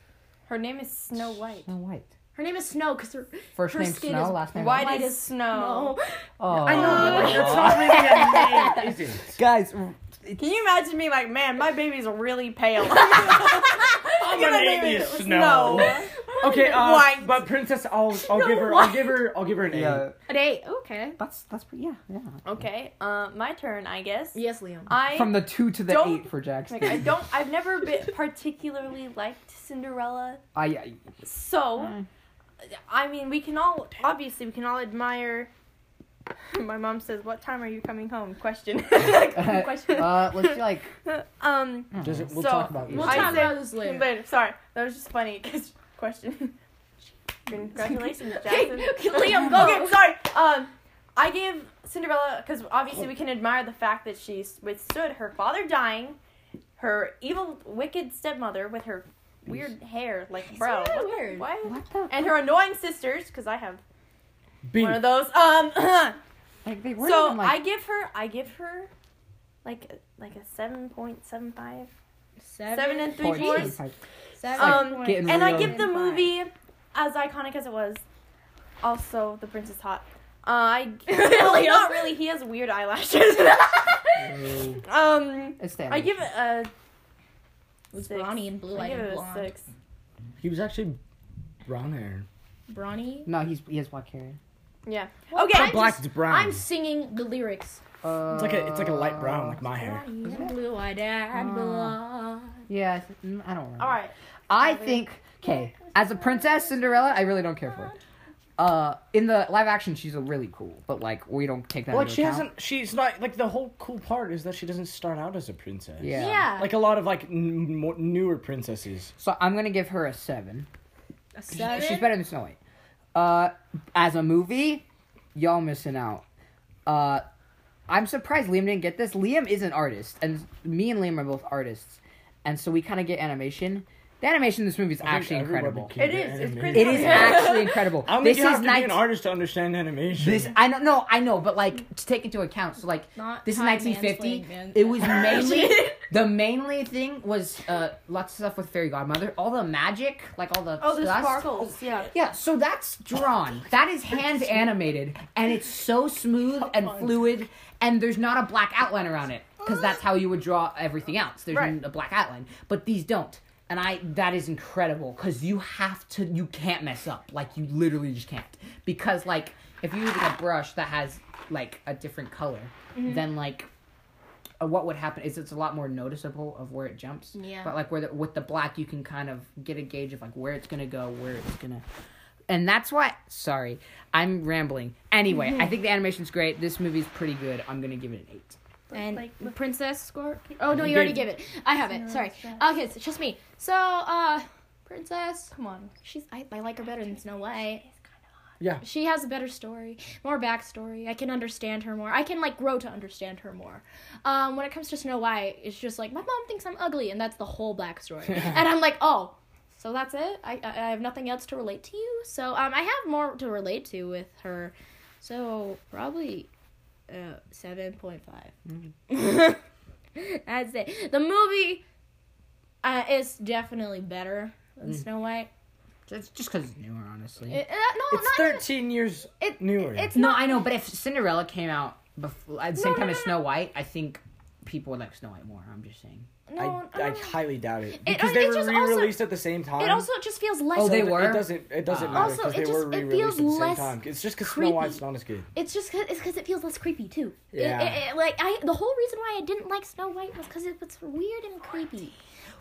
S4: Her name is Snow White.
S5: Snow White.
S2: Her name is Snow because her
S5: First
S2: her
S5: name
S2: skin
S5: Snow,
S2: is
S5: last name
S4: White,
S5: White.
S2: White
S4: is
S2: as
S4: snow.
S2: no.
S5: Oh.
S1: I know, but like, (laughs) that's not really a name, is
S3: (laughs)
S1: it?
S5: Guys,
S4: Can you imagine me like, man, my baby's really pale. (laughs)
S1: I'm
S4: My
S1: Okay, uh,
S4: White.
S1: but Princess, I'll I'll give her I'll give her I'll give her an
S5: yeah,
S1: A.
S2: An eight. Okay.
S5: that's that's pretty, yeah, yeah.
S4: Okay, uh, my turn, I guess.
S2: Yes, Liam.
S4: I
S5: From the two to the
S4: Don't-
S5: eight for Jackson.
S4: like, I don't. I've never been particularly liked Cinderella.
S5: I, I
S4: So, I mean, we can all obviously we can all admire. (laughs) My mom says, "What time are you coming home?" Question. (laughs)
S3: (laughs)
S4: Question.
S5: uh, let's do like
S4: (laughs) um.
S1: Does it, we'll
S4: So,
S1: talk about you.
S2: We'll
S4: I
S2: talk
S4: say-
S2: about this later.
S4: Later. Sorry, that was just funny. Cause (laughs) question. (laughs) Congratulations, Jackson.
S2: Liam, go.
S4: Okay, sorry. Um, I gave Cinderella because obviously we can admire the fact that she s- withstood her father dying, her evil, wicked stepmother with her weird hair, like
S2: really
S4: bro, what the-
S2: weird.
S4: what?
S5: what the
S4: and her annoying sisters. Cause I have
S1: B.
S4: one of those. Um, (clears throat)
S5: like they weren't
S4: so
S5: even
S4: I
S5: like
S4: give her, I give her, like like a seven point seven five.
S2: Seven,
S4: Seven and three
S5: 14,
S4: fourths.
S5: like,
S2: Seven.
S4: Um,
S2: point-
S5: getting
S4: and I
S5: real.
S4: give the
S2: Five.
S4: movie as iconic as it was. Also, The Prince is Hot. Uh, (laughs) I well, not really. He has weird (laughs) eyelashes. um,
S5: It's there.
S4: I give it a.
S2: It was
S4: six.
S2: Bronny and blue
S4: I
S2: eyed
S4: give
S2: and
S4: it a
S2: blonde.
S4: six.
S1: He was actually brown hair.
S2: Brawny.
S3: No, he's he has black hair.
S4: Yeah.
S1: Not
S4: Okay.
S2: I
S1: black,
S2: just-
S1: it's brown.
S2: I'm singing the lyrics.
S3: Uh,
S1: it's like a it's like a light brown, like my hair.
S2: Blue eyed Adelon.
S3: Yeah, I th- mm, I don't remember.
S4: All right.
S3: I think okay. As a princess Cinderella, I really don't care for. it. Uh, in the live action, she's a really cool, but like we don't take that.
S1: Well,
S3: into
S1: she
S3: account.
S1: hasn't. She's not like the whole cool part is that she doesn't start out as a princess.
S3: Yeah.
S2: Yeah.
S1: Like a lot of like n- more, newer princesses.
S3: So I'm gonna give her a seven.
S2: a
S3: She-
S2: seven.
S3: She's better than Snow White. Uh, as a movie, y'all missing out. Uh, I'm surprised Liam didn't get this. Liam is an artist, and me and Liam are both artists, and so we kind of get animation. The animation in this movie is actually incredible.
S4: It is, it's pretty-
S3: It is actually
S1: (laughs)
S3: incredible.
S1: I don't
S3: this
S1: think you have
S3: is
S1: to be an
S3: 19-
S1: artist to understand animation.
S3: This I don't know, I know, but like to take into account, so like
S2: Not
S3: this is
S2: high
S3: 1950.
S2: mansplaining, man.
S3: It was
S4: (laughs)
S3: mainly the mainly thing was uh lots of stuff with fairy godmother, all the magic, like all the
S4: Oh, the
S3: dust.
S4: sparkles. Yeah.
S3: Yeah, so that's drawn. That is hand animated, and it's so smooth and fluid, and there's not a black outline around it because that's how you would draw everything else. There's
S4: Right.
S3: a black outline, but these don't. And I that is incredible because you have to, you can't mess up. Like you literally just can't because like if you're using a brush that has like a different color, then like uh, what would happen is it's a lot more noticeable of where it jumps.
S2: Yeah.
S3: But like where the, with the black, you can kind of get a gauge of like where it's gonna go, where it's gonna, and that's why. Sorry, I'm rambling. Anyway,
S2: (laughs)
S3: I think the animation's great. This movie's pretty good. I'm gonna give it an eight.
S2: And
S4: Like-
S2: Princess Score? Oh no,
S1: You
S2: you already
S1: did.
S2: gave it. I have it. Sorry. Okay, it's just me. So, uh, Princess, come on. She's I, I like her better than Snow White.
S1: Yeah.
S2: She has a better story, more backstory. I can understand her more. I can like grow to understand her more. Um, when it comes to Snow White, it's just like my mom thinks I'm ugly, and that's the whole backstory. and I'm like, oh, so that's it. I, I I have nothing else to relate to you. So um, I have more to relate to with her. So probably uh, seven point five. (laughs) That's it. The movie uh, is definitely better than
S3: Mm.
S2: Snow White.
S3: It's just because it's newer, honestly.
S2: It- uh, no,
S1: It's
S2: not even-
S1: 13 years
S2: It-
S1: newer.
S2: It's
S3: no,
S2: not.
S3: I know, but if Cinderella came out before, at the same
S2: No,
S3: time
S2: no,
S3: as
S2: no,
S3: Snow White, I think people would like Snow White more. I'm just saying.
S2: No, no,
S1: I, I
S2: no.
S1: highly doubt it.
S2: um, It-
S1: Because
S2: it
S1: they were
S2: just also-
S1: re-released at the same time.
S2: It also just feels less.
S3: Oh, they
S1: It-
S3: were?
S1: It doesn't. It doesn't
S3: Uh,
S1: matter
S2: Also,
S1: because
S2: it
S1: they were
S2: just- it
S1: re-released at
S2: feels
S1: the same
S2: less
S1: time. It's just because Snow White's
S2: creepy.
S1: not as good.
S2: It's just cause, it's because it feels less creepy too. It-
S1: Yeah.
S2: It, it- like I, the whole reason why I didn't like Snow White was because it was weird and creepy.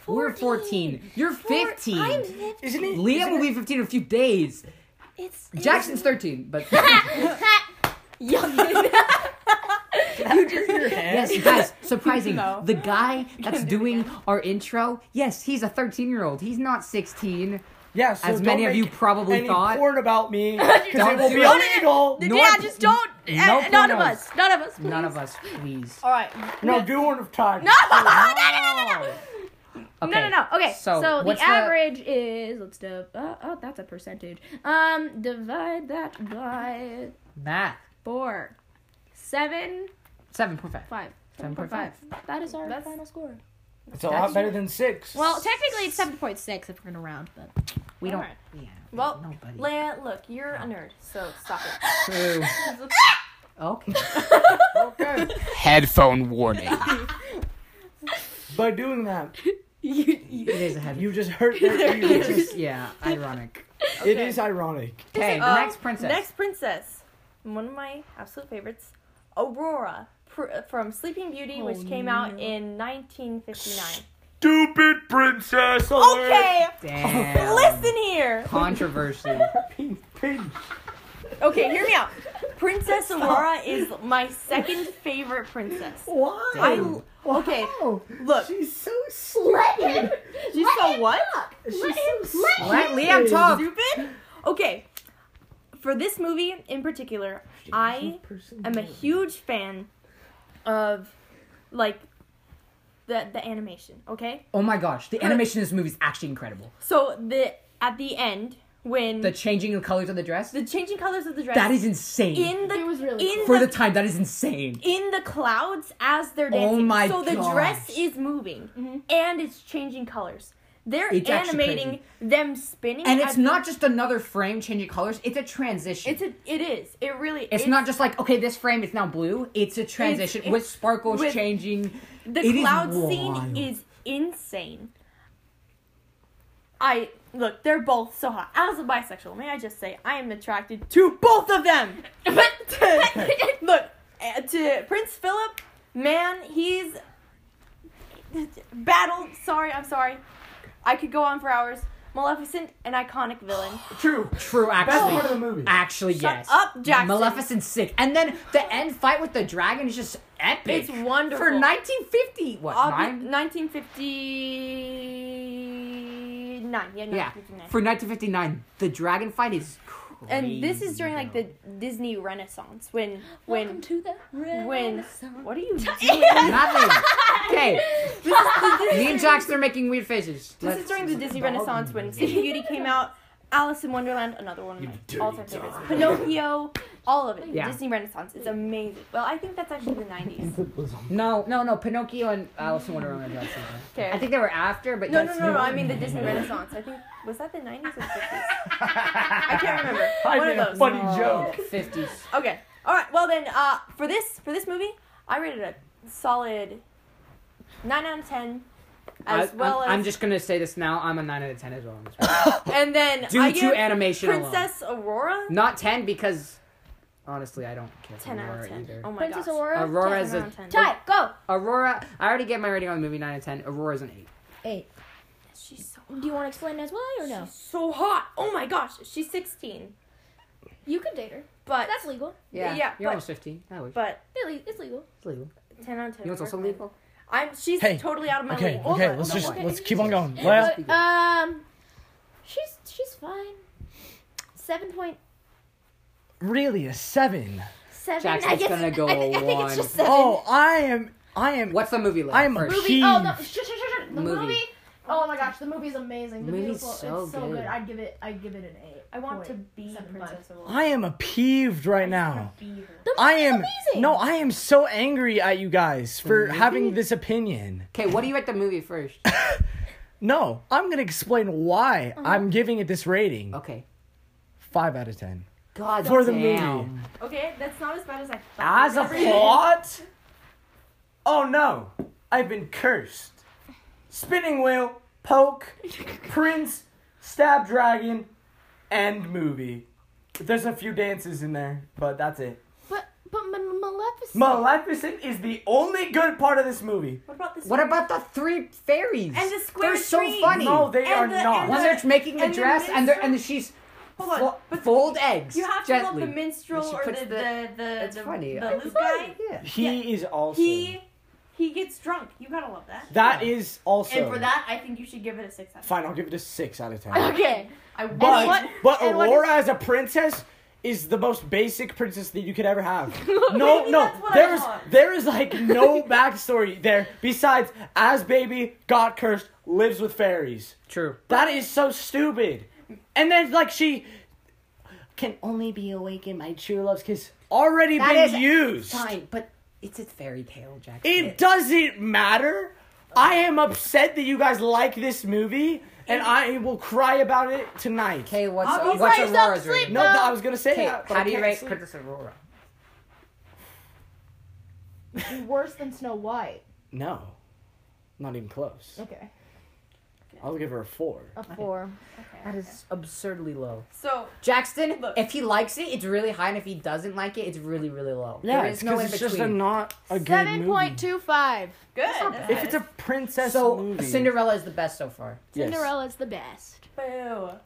S3: We're 14. You're
S2: Four-
S3: 15.
S2: I'm 15.
S1: Isn't it?
S3: Liam will be 15 in a few days.
S2: It's
S3: Jackson's
S2: (laughs)
S3: 13, but
S1: (laughs)
S4: (laughs)
S3: Yes, guys, surprising. The guy that's doing our intro, yes, he's a 13 year old. He's not 16.
S1: Yeah, so
S3: As
S1: don't
S3: many of you
S1: make
S3: probably
S1: any
S3: thought.
S1: porn about me because it
S3: Don't
S1: will
S3: do
S1: be
S3: it.
S1: illegal.
S3: No
S4: yeah,
S3: one-
S4: just don't.
S3: no
S4: eh,
S3: one
S4: none of
S3: else.
S4: us. None of us. Please.
S3: None of us, please.
S4: All right.
S1: No, do one of time.
S4: No,
S2: (laughs)
S4: no, no, no, no, no.
S3: Okay.
S4: No, no, no. Okay, so,
S3: what's
S2: the average is let's do. Uh, oh, that's a percentage. Um, divide that by
S3: math.
S2: four. Seven
S3: 7.5.
S2: five.
S3: 7.5.
S2: That is our
S4: That's-
S2: final score.
S1: It's a lot better than six.
S2: Well, (laughs) technically it's seven point six if we're gonna round, but (laughs)
S3: We don't.
S4: Alright.
S3: Yeah.
S4: Well,
S3: nobody.
S4: Leah, look, you're a nerd, so stop it. (laughs)
S3: True. okay.
S1: okay.
S5: Headphone warning.
S1: By doing that,
S3: It is a
S4: (laughs)
S3: heavy.
S1: you just hurt their ears.
S3: Yeah, ironic.
S1: It is ironic.
S3: Okay, the
S4: Um,
S3: next princess.
S4: Next princess. One of my absolute favorites, Aurora pr- from Sleeping Beauty,
S3: Oh,
S4: which came out in 1959.
S1: Stupid (laughs) princess
S4: Okay,
S3: Damn.
S4: (laughs) listen here. (laughs)
S3: Controversy.
S4: Okay, hear me out. Princess Aurora is my second favorite princess.
S1: Why?
S4: I okay. Look,
S1: She's so slutty.
S4: you saw what?
S1: She's so
S3: Let Liam talk.
S4: Stupid. Okay, for this movie in particular, I am a huge fan of like the the animation. Okay,
S3: Oh my gosh, the animation in this movie is actually incredible.
S4: so the at the end when
S3: The
S4: the,
S3: changing of colors of the dress.
S4: changing colors of the dress
S3: That is insane.
S4: in the
S2: It was really
S4: in
S3: For
S4: the,
S3: the time, that is insane.
S4: in the clouds as they're
S3: Oh
S4: dancing.
S3: my
S4: so the
S3: gosh.
S4: dress is moving and it's changing colors. They're
S3: It's actually
S4: animating them spinning,
S3: And
S4: as
S3: it's
S4: they-
S3: not just another frame changing colors, it's a transition.
S4: It's a, it is. It really.
S3: It's not just like okay, this frame is now blue. It's a transition
S4: it's-
S3: with sparkles
S4: with-
S3: changing.
S4: the
S3: it is
S4: cloud scene
S3: wild.
S4: is insane. I look, they're both so hot. As a bisexual, may I just say I am attracted to both of them. look, uh, to Prince Philip, man, he's battled. Sorry, I'm sorry. I could go on for hours. Maleficent, an iconic villain.
S1: True.
S3: True, actually.
S1: Best part of the movie. (laughs)
S3: Actually,
S4: Shut
S3: yes.
S4: up, Jackson.
S3: Maleficent's sick. And then the end fight with the dragon is just epic.
S4: It's wonderful.
S3: For 1950. What,
S4: Obvi-
S3: nine?
S4: 1959. Yeah,
S3: Yeah.
S4: 1959.
S3: For 1959, the dragon fight is crazy.
S4: and this is during like the Disney Renaissance when when
S2: to the
S4: when
S2: Oh
S4: what are you doing? (laughs)
S3: Nothing. Okay.
S4: this, is the Disney-
S3: Me and Jackson are making weird faces.
S4: this is during the Disney Renaissance when Sleeping Beauty came out, Alice in Wonderland, another one of my all-time favorites, Pinocchio, all of it.
S3: Yeah.
S4: Disney Renaissance, it's amazing. Well, I think that's actually the 90s.
S3: No, no, no. Pinocchio and Alice in Wonderland are Jackson.
S4: Okay.
S3: I think they were after, but
S4: No, no,
S3: yes,
S4: no, no, I mean the Disney Renaissance. I think was that the 90s or 50s? I can't remember.
S1: (laughs) I
S4: One of
S1: made a
S4: those.
S1: funny
S3: Oh,
S1: joke.
S3: 50s.
S4: Okay. All right. Well then, uh, for this for this movie, I rated it a solid nine out of ten, as
S3: I,
S4: well
S3: am
S4: as
S3: I'm just gonna say this now. I'm a nine out of ten as well. on this
S4: (laughs)
S3: one.
S4: and then
S3: Due
S4: I
S3: to
S4: give
S3: animation alone.
S4: Princess Aurora
S3: Not ten because honestly, I don't care for
S4: ten out
S3: Aurora
S4: of ten.
S3: either.
S4: Oh my
S2: Princess
S4: gosh.
S2: Aurora.
S3: Aurora is
S4: Ten
S3: a
S4: out of ten.
S2: Ty, go.
S3: Aurora. I already get my rating on the movie nine out of ten. Aurora's an eight.
S2: Eight.
S4: She's so
S2: Do you want to explain as well or no?
S4: she's so hot. Oh my gosh, she's sixteen,
S2: You can date her.
S4: but
S2: That's legal.
S4: Yeah,
S3: you're
S4: but-
S3: almost fifteen. That was
S4: but
S2: They're le- It's legal.
S3: it's legal.
S4: ten out of ten.
S3: You know what's also
S4: Aurora.
S3: legal?
S4: I'm she's
S1: Hey.
S4: totally out of my
S1: Okay,
S4: league.
S1: okay,
S4: Hold on,
S1: let's
S4: hold
S1: just
S4: on.
S1: let's keep on going. Last
S2: But, um, she's she's fine. Seven point
S1: really a seven.
S2: seven. I
S3: Jackson's
S2: guess
S3: gonna
S2: I, (laughs)
S3: go
S2: I, thi- I think
S3: one.
S2: it's just seven.
S1: Oh, I am I am
S3: What's the movie like?
S1: I am a
S3: first?
S2: movie. Oh no!
S1: Jeez.
S2: Shh, shh, shh, shh. The
S3: Movie.
S2: movie. Oh my gosh, the movie's amazing. The
S3: Movie's
S2: beautiful.
S3: so
S2: it's so good.
S3: good.
S2: I'd give it. I'd give it an eight.
S4: I want to
S2: Wait.
S4: be
S2: Seven
S4: Princess Aurora.
S1: I am peeved right now.
S2: The
S1: I
S2: movie's
S1: am
S2: amazing.
S1: no, I am so angry at you guys for having this opinion.
S3: Okay, what do you rate the
S1: (laughs)
S3: movie first?
S1: No, I'm gonna explain why
S2: Uh-huh.
S1: I'm giving it this rating.
S3: Okay.
S1: Five out of ten
S3: God
S1: for the
S3: damn.
S1: movie.
S4: Okay, that's not as bad as I thought.
S3: Ah,
S1: As a
S4: Every-
S1: plot? Oh no, I've been cursed. Spinning wheel,
S2: (laughs)
S1: poke, prince, stab dragon, end movie. There's a few dances in there, but that's it.
S2: But but M- Maleficent.
S1: Maleficent is the only good part of this movie.
S4: What about this?
S3: What about the three fairies?
S4: And the square
S3: They're so
S4: trees.
S3: funny.
S1: No, they
S4: And
S1: are
S4: the-
S1: not.
S4: and
S3: When they're making the
S4: And the
S3: dress and they're and
S4: minstrel-
S3: she's
S4: Hold on,
S3: fo-
S4: but
S3: fold eggs.
S4: You have
S3: gently.
S4: to love the minstrel
S3: She
S4: or the
S3: puts
S4: the the,
S3: the-
S4: the,
S3: It's funny.
S4: the
S3: It's
S4: loop
S3: funny,
S4: guy.
S3: Yeah.
S1: He is also.
S4: He he gets drunk. You gotta love that.
S1: That is also.
S4: and for that, I think you should give it a six out. of
S1: Fine, I'll give it a six out of ten.
S2: Okay.
S4: I want.
S1: But but
S4: and what is-
S1: Aurora as a princess is the most basic princess that you could ever have. No,
S4: (laughs) Maybe
S1: no,
S4: that's what I
S1: there is
S4: want.
S1: there is
S4: (laughs)
S1: like no backstory there besides as baby got cursed lives with fairies.
S3: True.
S1: That is so stupid. And then like she can only be awakened by true love's kiss. Already
S3: That
S1: been
S3: is
S1: used.
S3: Fine, but it's a fairy tale, Jackson.
S1: It doesn't matter. I am upset that you guys like this movie, and I will cry about it tonight.
S3: Okay, what's
S4: I'll be
S3: what's
S2: right up
S3: Aurora's
S2: sleep.
S3: rating?
S1: No, I was gonna say
S3: Okay,
S1: that. but I
S3: how do you
S1: can't
S3: rate
S1: sleep.
S3: Princess Aurora?
S2: Worse than Snow White.
S1: No. Not even close.
S2: Okay.
S1: I'll give her a four.
S2: A four.
S3: That is absurdly low.
S4: So
S3: Jackson,
S4: Look.
S3: if he likes it, it's really high, and if he doesn't like it, it's really, really low.
S1: Yeah,
S3: there
S1: it's
S3: is no
S1: 'cause
S3: in
S1: it's
S3: between.
S1: just a not a good
S2: Seven point
S1: movie.
S2: two five.
S4: good. That's
S1: If it's a princess
S3: so
S1: movie,
S3: Cinderella is the best so far.
S1: yes,
S2: Cinderella's the best.
S4: boo.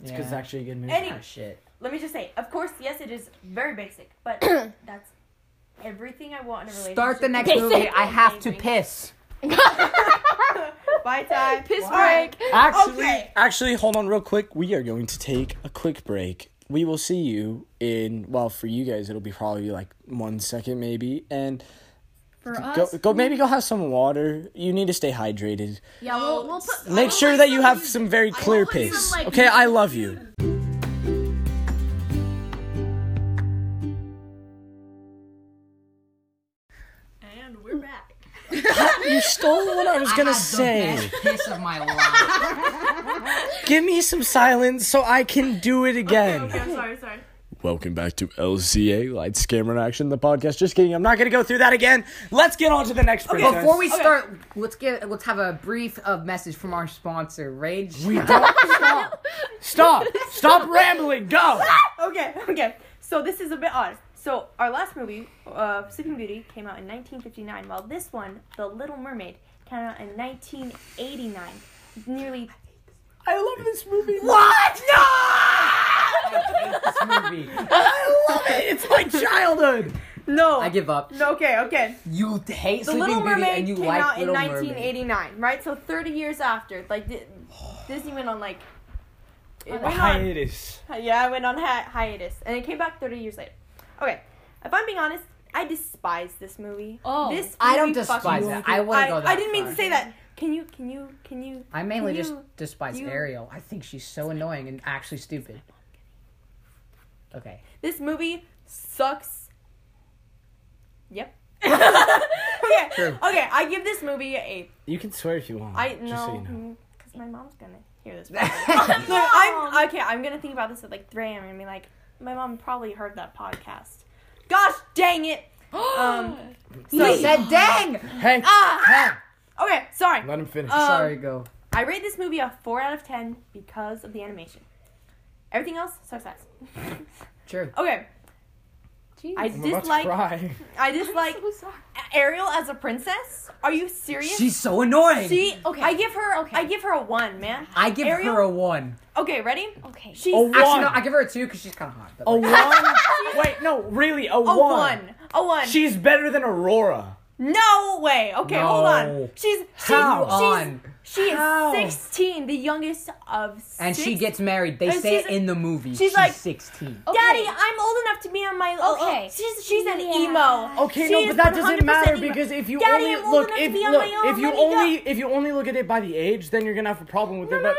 S1: it's 'cause it's
S3: Yeah.
S1: actually a good movie.
S4: Any-
S3: Ah, shit.
S4: Let me just say. Of course, yes, it is very basic,
S2: (clears throat)
S4: but that's everything I want in a relationship.
S3: Start the next
S2: Basic.
S4: (laughs)
S3: movie. I have to piss.
S4: Bye, Ty.
S2: (laughs) Piss
S4: Bye.
S2: break.
S1: actually,
S4: Okay.
S1: actually, hold on real quick. We are going to take a quick break. We will see you in well for you guys it'll be probably like one second maybe and
S2: For
S1: go go maybe go have some water. You need to stay hydrated.
S2: Yeah, we'll, we'll put.
S1: Make sure that you have some very clear
S2: want some,
S1: piss.
S2: like,
S1: Okay, I love you.
S4: And we're back.
S1: You stole what I was gonna
S3: had
S1: say.
S3: The best piss of
S4: (laughs)
S3: my life.
S1: Give me some silence so I can do it again.
S4: Okay, I'm sorry. Sorry.
S6: Welcome back to LCA Lights, Camera, and Action, the podcast. Just kidding, I'm not going to go through that again. Let's get on to the next okay.
S3: Before we start, let's get let's have a brief uh, message from our sponsor,
S1: (laughs)
S3: Rage.
S1: We don't stop. Stop. Stop
S6: (laughs)
S1: rambling. Go.
S4: Okay, okay. So this is a bit odd. So our last movie, uh, Sleeping Beauty, came out in 1959, while this one, The Little Mermaid, came out in 1989.
S3: (laughs)
S4: Nearly.
S1: I love this movie.
S4: What? No!
S1: This movie. I love it. It's my childhood.
S4: No.
S3: I give up.
S4: No, okay, okay.
S3: You hate
S4: The
S3: Sleeping
S4: Little
S3: Beauty
S4: Mermaid
S3: and you
S4: came
S3: like
S4: out in
S3: Little Mermaid.
S4: 1989, right? So 30 years after, like Di- Disney went on like it went on
S1: Hiatus.
S4: yeah, I went on hi- hiatus, and it came back 30 years later. Okay, if I'm being honest, I despise this movie.
S2: Oh.
S4: this
S3: I don't
S4: movie
S3: despise
S4: fucking-
S3: it. I wouldn't
S4: I,
S3: go that
S4: I didn't mean
S3: far.
S4: to say that. Can you? Can you? Can you?
S3: I mainly
S4: can
S3: just
S4: you-
S3: despise
S4: you-
S3: Ariel. I think she's so annoying and actually stupid. Okay.
S4: This movie sucks.
S3: (laughs)
S4: Yep. (laughs) okay.
S3: True.
S4: Okay. I give this movie a
S1: You can swear if you want.
S4: I
S1: just so you know.
S4: no, because my mom's gonna hear (laughs) this. probably. no, I'm okay. I'm gonna think about this at like 3 a.m. and be like, my mom probably heard that podcast. Gosh dang it! Um,
S3: So, he said, "Dang."
S1: Hey, hey,
S4: okay, sorry.
S1: let him finish.
S4: Um,
S3: Sorry, go.
S4: I rate this movie a four out of ten because of the animation. Everything else sucks ass.
S3: True.
S4: (laughs) Okay, I
S1: I'm about to
S4: dislike.
S1: cry.
S2: (laughs)
S4: I dislike Ariel as a princess. Are you serious?
S3: She's so annoying.
S4: See, okay.
S2: Okay.
S4: I give her.
S2: Okay.
S4: I give her a one, man.
S3: I give
S4: Ariel-
S3: her a one.
S4: Okay, ready?
S2: Okay.
S4: She's
S1: A one.
S3: Actually, no, I give her a two because she's kind of hot.
S1: (laughs)
S3: But
S1: A
S3: like,
S1: one? Wait, no, really, a,
S4: a one. A one.
S1: She's better than Aurora.
S4: No way. Okay, hold
S1: No.
S4: on. She's she's
S1: How?
S4: she's
S3: on.
S4: she is
S1: How?
S4: 16, the youngest of six.
S3: and she gets married. They
S4: And
S3: say
S4: she's
S3: it
S4: a-
S3: in the movie.
S4: she's
S3: She's,
S4: like-
S3: 16.
S4: Daddy, I'm old enough to be on my
S2: Okay.
S4: Oh, she's she's an
S2: Yeah.
S4: emo.
S1: Okay,
S4: She
S1: no,
S4: is
S1: but that doesn't
S4: 100%
S1: matter
S4: emo.
S1: because if you
S4: Daddy,
S1: only
S4: I'm old
S1: look
S4: enough to
S1: if
S4: be on
S1: look
S4: my own,
S1: if you
S4: let me go.
S1: only if you only look at it by the age, then you're gonna have a problem with it. but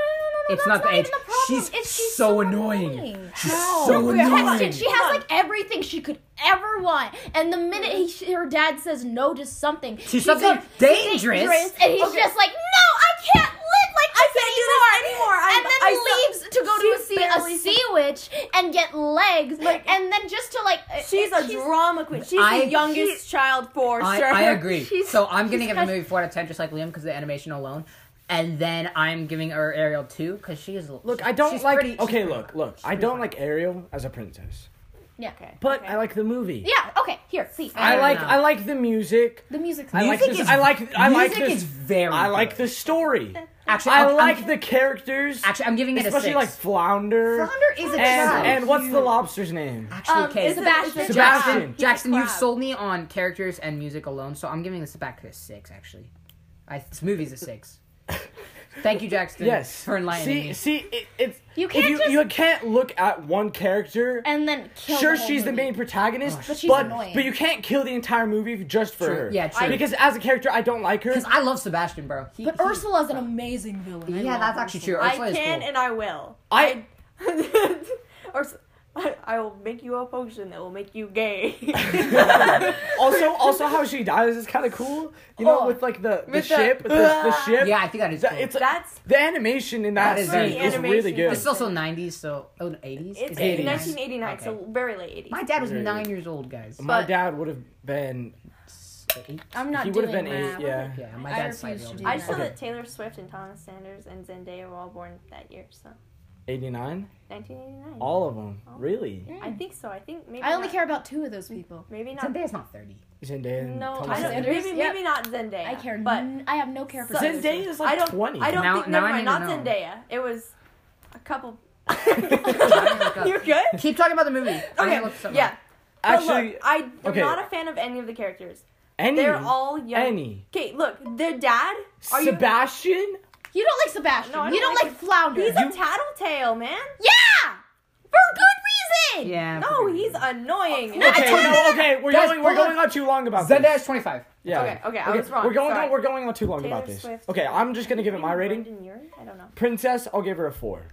S3: It's
S2: That's
S3: not the
S2: even
S3: age.
S2: a problem.
S3: She's
S2: It's
S3: so annoying. Oh, She's so
S4: Okay, hold on.
S3: annoying.
S2: She has like everything she could ever want, and the minute he, she, her dad says no to something, she's
S3: something
S2: like,
S3: dangerous?
S2: and he's
S4: Okay.
S2: just like, "No, I can't live like this
S4: I can't do this
S2: anymore."
S4: anymore. I'm-
S2: and then
S4: I saw-
S2: leaves to go to
S4: she's
S2: see a
S4: barely-
S2: sea witch and get legs,
S4: Like-
S2: and then just to like, uh,
S4: She's a drama queen. She's
S3: I-
S4: the youngest child for
S3: I,
S4: sure.
S3: I agree.
S2: She's-
S3: so I'm gonna
S2: she's
S3: give the
S2: kind-
S3: movie four out of ten, just like Liam, because the animation alone. And then I'm giving her Ariel two because she is.
S1: look, I don't
S3: she's
S1: like
S3: pretty-
S1: Okay, look, look. I don't like Ariel as a princess.
S2: yeah,
S1: But
S4: Okay.
S1: I like the movie.
S2: yeah, okay, here, see,
S1: I
S3: don't
S1: like
S3: know.
S1: I like the music.
S2: the music.
S1: I like
S3: Music
S1: this,
S3: is-
S1: I like I like
S3: music
S1: this
S3: is very
S1: I like
S3: good.
S1: the
S3: (laughs)
S1: story.
S3: Actually,
S1: I
S3: I'm-
S1: like
S3: I'm-
S1: the characters.
S3: Actually, I'm giving it a
S1: especially
S3: six.
S1: like Flounder.
S3: Flounder is a child.
S1: and, and what's the lobster's
S3: (laughs)
S1: name?
S3: Actually,
S4: Um,
S3: okay.
S4: is it-
S2: Sebastian.
S4: is it-
S1: Sebastian.
S4: He's a
S3: Jackson, you've
S4: crab.
S3: sold me on characters and music alone, so I'm giving this back to a six. Actually, I, this movie's a six. Thank you, Jackson.
S1: Yes.
S3: for enlightening
S1: see,
S3: me.
S1: see, it, it's
S2: You
S1: if
S2: can't
S1: you,
S2: just-
S1: you can't look at one character.
S2: and then kill
S1: sure,
S2: the whole
S1: she's the
S2: movie.
S1: main protagonist,
S4: Oh,
S1: but,
S2: But she's annoying.
S1: but you can't kill the entire movie just for
S3: True.
S1: her.
S3: Yeah, true.
S1: Because as a character, I don't like her.
S3: Because I love Sebastian, bro. He,
S2: But
S3: he-
S2: Ursula's an amazing villain. I
S3: yeah,
S2: love
S3: that's actually true.
S2: Ursula.
S4: I
S3: Ursula is
S4: can
S3: cool.
S4: and I will. (laughs)
S1: I
S4: or s- I, I will make you a potion that will make you
S1: (laughs)
S4: gay.
S1: (laughs)
S4: (laughs)
S1: also also how she dies is kind of cool. You know,
S4: Oh.
S1: with like the, the
S4: With the-
S1: ship, the,
S4: (laughs)
S1: the
S4: Ah.
S1: ship.
S3: yeah, I think that is.
S1: That-
S3: cool.
S1: it's
S4: That's
S1: the animation in that,
S3: That is
S1: scene
S3: very
S1: is
S4: cool.
S1: really
S4: Animation.
S1: good.
S3: It's also 90s, so oh, 80s.
S4: it's
S3: Is it
S1: 80s.
S4: 1989, so very late 80s.
S3: My dad was
S1: Very
S3: nine
S1: good.
S3: years old, guys.
S1: My
S4: but-
S1: dad would have been.
S3: Eight?
S2: I'm not
S1: He would have
S2: doing
S1: been
S2: math.
S1: eight. Yeah.
S3: Yeah, my
S2: I
S3: dad's five
S2: refuse
S3: years
S2: to
S3: old.
S2: do
S4: I just know
S1: Okay.
S4: that Taylor Swift and Thomas Sanders and Zendaya were all born that year, so
S1: 89?
S4: 1989.
S1: All of them. Really?
S4: I think so. I think maybe.
S2: I only
S4: not-
S2: care about two of those people.
S4: Maybe not.
S3: Zendaya's not 30.
S1: Zendaya and
S4: No,
S1: Thomas
S4: I don't.
S1: Sanders.
S2: Sanders,
S4: Maybe
S2: yep.
S4: maybe not Zendaya.
S2: I care,
S4: but
S2: but I have no care for
S4: So-
S2: Taylor
S1: Zendaya
S2: Swift.
S1: is like
S4: I don't.
S1: 20.
S4: I don't
S3: Now-
S4: think.
S3: now
S4: Never
S3: I
S4: mind.
S3: need to
S4: Not
S3: know.
S4: Zendaya. It was a couple. (laughs)
S3: look
S4: You're
S3: up.
S4: good.
S3: Keep talking about the movie. I need to
S4: Okay.
S3: look something
S4: Yeah.
S3: up.
S4: But
S1: Actually,
S4: look, I, I'm
S1: okay.
S4: not a fan of any of the characters.
S1: any.
S4: They're all young.
S1: Any.
S4: Okay, look, their dad. Are you?
S1: Sebastian?
S2: You don't like Sebastian.
S4: No, I
S2: you don't
S4: don't like
S2: like, Flounder.
S4: He's a tattletale, man.
S2: yeah, for good reason.
S3: Yeah.
S4: No, he's annoying.
S1: Okay, no, okay, we're
S3: Guys,
S1: going, we're
S3: hold on.
S1: going on too long about this.
S3: Zendaya's 25.
S1: Yeah.
S4: Okay, okay, I was wrong,
S1: We're going
S4: sorry.
S1: on, we're going on too long about
S4: Taylor
S1: this.
S4: Swift.
S1: Okay, I'm just gonna give it my rating.
S4: Brendan Urie? I don't know.
S1: Princess, I'll give her a four.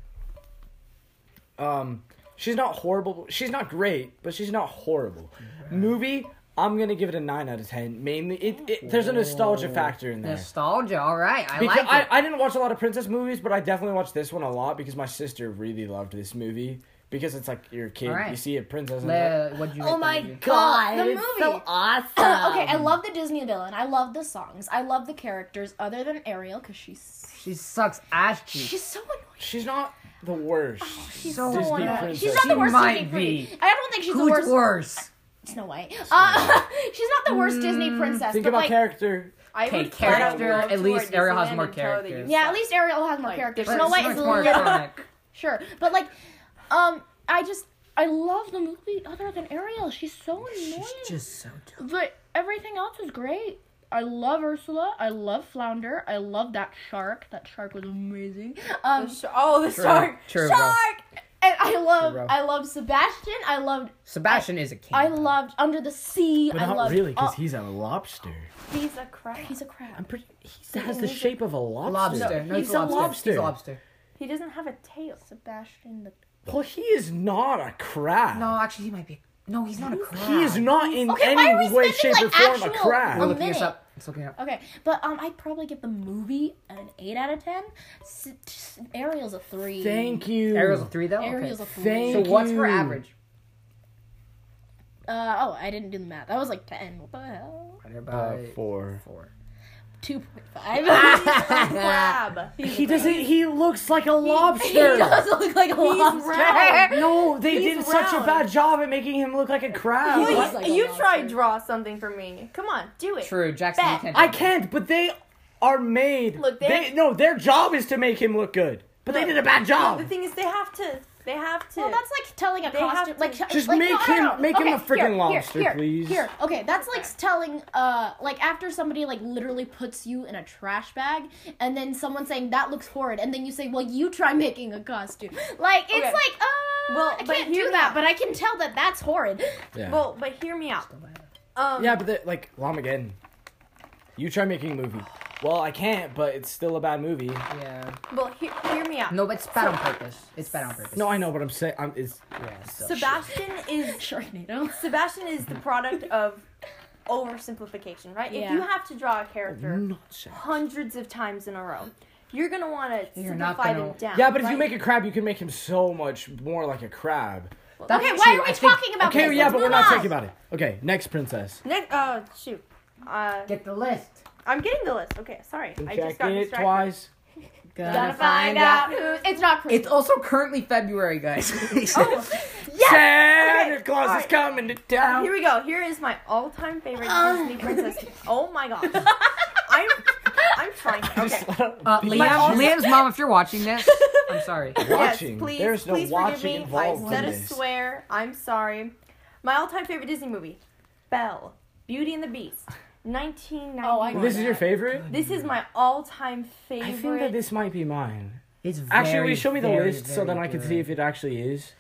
S1: Um, she's not horrible. She's not great, but she's not horrible. Movie, I'm gonna give it a nine out of ten. Mainly, it, it there's a nostalgia factor in there.
S3: Nostalgia, alright. I
S1: Because
S3: like
S1: I,
S3: it.
S1: I didn't watch a lot of princess movies, but I definitely watched this one a lot because my sister really loved this movie. because it's like your kid.
S3: Alright.
S1: You see a princess. And
S3: Le- what'd you rate
S7: Oh
S3: the
S7: my
S3: movie?
S7: god.
S4: The
S7: it's so
S4: movie.
S7: awesome.
S2: (coughs) okay, I love the Disney villain. I love the songs. I love the characters other than Ariel because she's
S3: She sucks ass cheeks.
S2: she's so annoying.
S1: she's not the worst.
S2: She's
S3: so
S2: so,
S1: Disney
S2: annoying.
S1: princess.
S2: She's not
S3: She
S2: the worst
S3: might
S2: Disney princess.
S3: be.
S2: I don't think she's
S3: Who's
S2: the worst.
S3: worse?
S2: Snow White. Mm, Uh, (laughs) she's not the worst Disney princess,
S1: Think
S2: but
S1: about
S2: like,
S1: character.
S4: I
S3: Okay,
S4: would flat out
S3: character,
S4: love
S3: at
S4: to
S3: least
S4: wear
S3: Ariel has
S4: Disneyland
S3: more
S4: and tell that you
S3: characters.
S2: yeah, at least Ariel has more
S4: Like,
S2: characters.
S4: but
S2: Snow White
S3: Snow
S2: is a
S3: White's more
S2: little
S3: iconic.
S2: (laughs) sure, but like, um, I just I love the movie other than Ariel. She's so annoying.
S3: She's just so dumb.
S2: But everything else is great. I love Ursula. I love Flounder. I love that shark. That shark was amazing. Um,
S4: The sh- oh, the shark.
S3: True, bro.
S4: shark.
S2: and I love,
S3: Hero.
S2: I love Sebastian. I loved,
S3: Sebastian is a king.
S2: I loved Under the Sea.
S1: But
S2: I
S1: not
S2: loved,
S1: really, because
S2: all-
S1: he's a lobster.
S4: He's a crab.
S2: he's a crab.
S1: I'm pretty. He has the shape of a lobster.
S3: lobster. No,
S1: he's,
S3: he's,
S1: a lobster.
S3: He's a lobster.
S4: He doesn't have a
S3: (laughs)
S4: tail.
S2: Sebastian the.
S1: Well, he is not a crab.
S3: No, actually, he might be. No, he's not a crab.
S1: He is not in
S2: Okay, why are we
S1: any way,
S2: spending,
S1: shape, or
S2: like,
S1: form a
S2: actual-
S1: crab.
S3: We're looking
S2: minute.
S3: this up. It's looking up.
S2: Okay, but um, I'd probably give the movie an eight out of ten. S- s- Ariel's a three.
S1: Thank you.
S3: Ariel's a three though.
S2: Ariel's
S3: okay.
S2: a three.
S1: Thank
S3: So what's her
S1: you.
S3: average?
S2: Uh oh, I didn't do the math. That was like ten. What the hell?
S3: Right
S1: Uh,
S3: about
S1: four.
S3: four.
S2: Two point five.
S4: Crab.
S3: (laughs)
S4: He's
S1: He doesn't. He looks like a lobster.
S2: he does (laughs) look like a lobster.
S4: round.
S1: No, they
S4: He's
S1: did such a
S4: round.
S1: bad job at making him look like a crab.
S4: Please,
S2: looks like a
S4: you
S2: lobster.
S4: try draw something for me. Come on, do it.
S3: True, Jackson. You
S4: Bet.
S3: can't.
S1: I can't, but they are made.
S4: Look,
S1: they
S4: they-
S1: no, their job is to make him look good, but they
S4: Look,
S1: did a bad
S4: No,
S1: job.
S4: the thing is, they have to. They have to.
S2: Well, that's like telling a
S4: They have
S2: costume,
S4: to-
S2: like
S1: Just
S2: like,
S1: make
S2: no, no,
S1: him-
S2: no, no.
S1: make him a
S2: here,
S1: freaking
S2: here,
S1: lobster,
S2: here,
S1: please.
S2: Here, okay, that's like telling, uh, like after somebody like literally puts you in a trash bag, and then someone saying that looks horrid, and then you say, well, you try making a costume. Like it's
S4: Okay.
S2: like, uh,
S4: Well,
S2: well, I
S4: but
S2: can't
S4: hear
S2: do
S4: me
S2: that,
S4: out.
S2: but I can tell that that's horrid. (laughs)
S1: yeah.
S4: Well, but hear me out. Um,
S1: yeah, but they, like Lom again. You try making a movie. Well, I can't, but it's still a bad movie.
S3: Yeah.
S4: Well, hear, hear me out.
S3: uh, No, but it's bad on purpose. It's bad on purpose.
S1: No, I know, but I'm saying I'm, it's
S3: Yeah, so-
S4: Sebastian is
S2: Sharknado.
S4: Sebastian is the product of oversimplification, right? If
S2: Yeah.
S4: you have to draw a character
S1: not sad.
S4: hundreds of times in a row, you're gonna want to
S3: You're not
S4: simplify
S3: gonna-
S4: them down.
S1: Yeah, but if
S4: right?
S1: you make a crab, you can make him so much more like a crab.
S3: That's
S2: okay, why
S3: true,
S2: are we
S3: I think-
S2: talking about
S1: Okay,
S2: this?
S1: yeah,
S2: Let's
S1: but we're
S2: move
S1: not
S2: on.
S1: talking about it. Okay, next princess.
S4: Nick, uh, shoot, uh,
S3: Get the list.
S4: I'm getting the list. Okay, sorry, I just
S1: Check
S4: got
S1: it
S4: distracted.
S1: twice.
S3: Gonna,
S2: Gotta find out who. It's not Christmas.
S3: It's also currently
S1: (laughs)
S3: February, guys. (laughs)
S1: Oh. Santa
S4: Okay,
S1: Claus is
S4: alright.
S1: coming to town.
S4: Here we go. Here is my all-time favorite Disney princess. Oh
S2: (laughs)
S4: my gosh, I'm I'm trying. Okay.
S1: (laughs)
S3: Uh, Liam, Liam's mom, if you're watching this, I'm
S1: (laughs)
S3: sorry.
S1: watching.
S4: Yes, please,
S1: There's no
S4: please
S1: watching
S4: forgive me.
S1: involved
S4: I said
S1: in
S4: a
S1: this.
S4: swear. I'm sorry. My all-time favorite Disney movie, Belle, Beauty and the Beast, 1991.
S2: Oh, I know.
S1: This is your favorite?
S4: This is my all-time favorite.
S1: I think that this might be mine.
S3: It's very,
S1: Actually, will you show me the
S3: very,
S1: list so
S3: very
S1: then I can
S3: good.
S1: see if it actually is?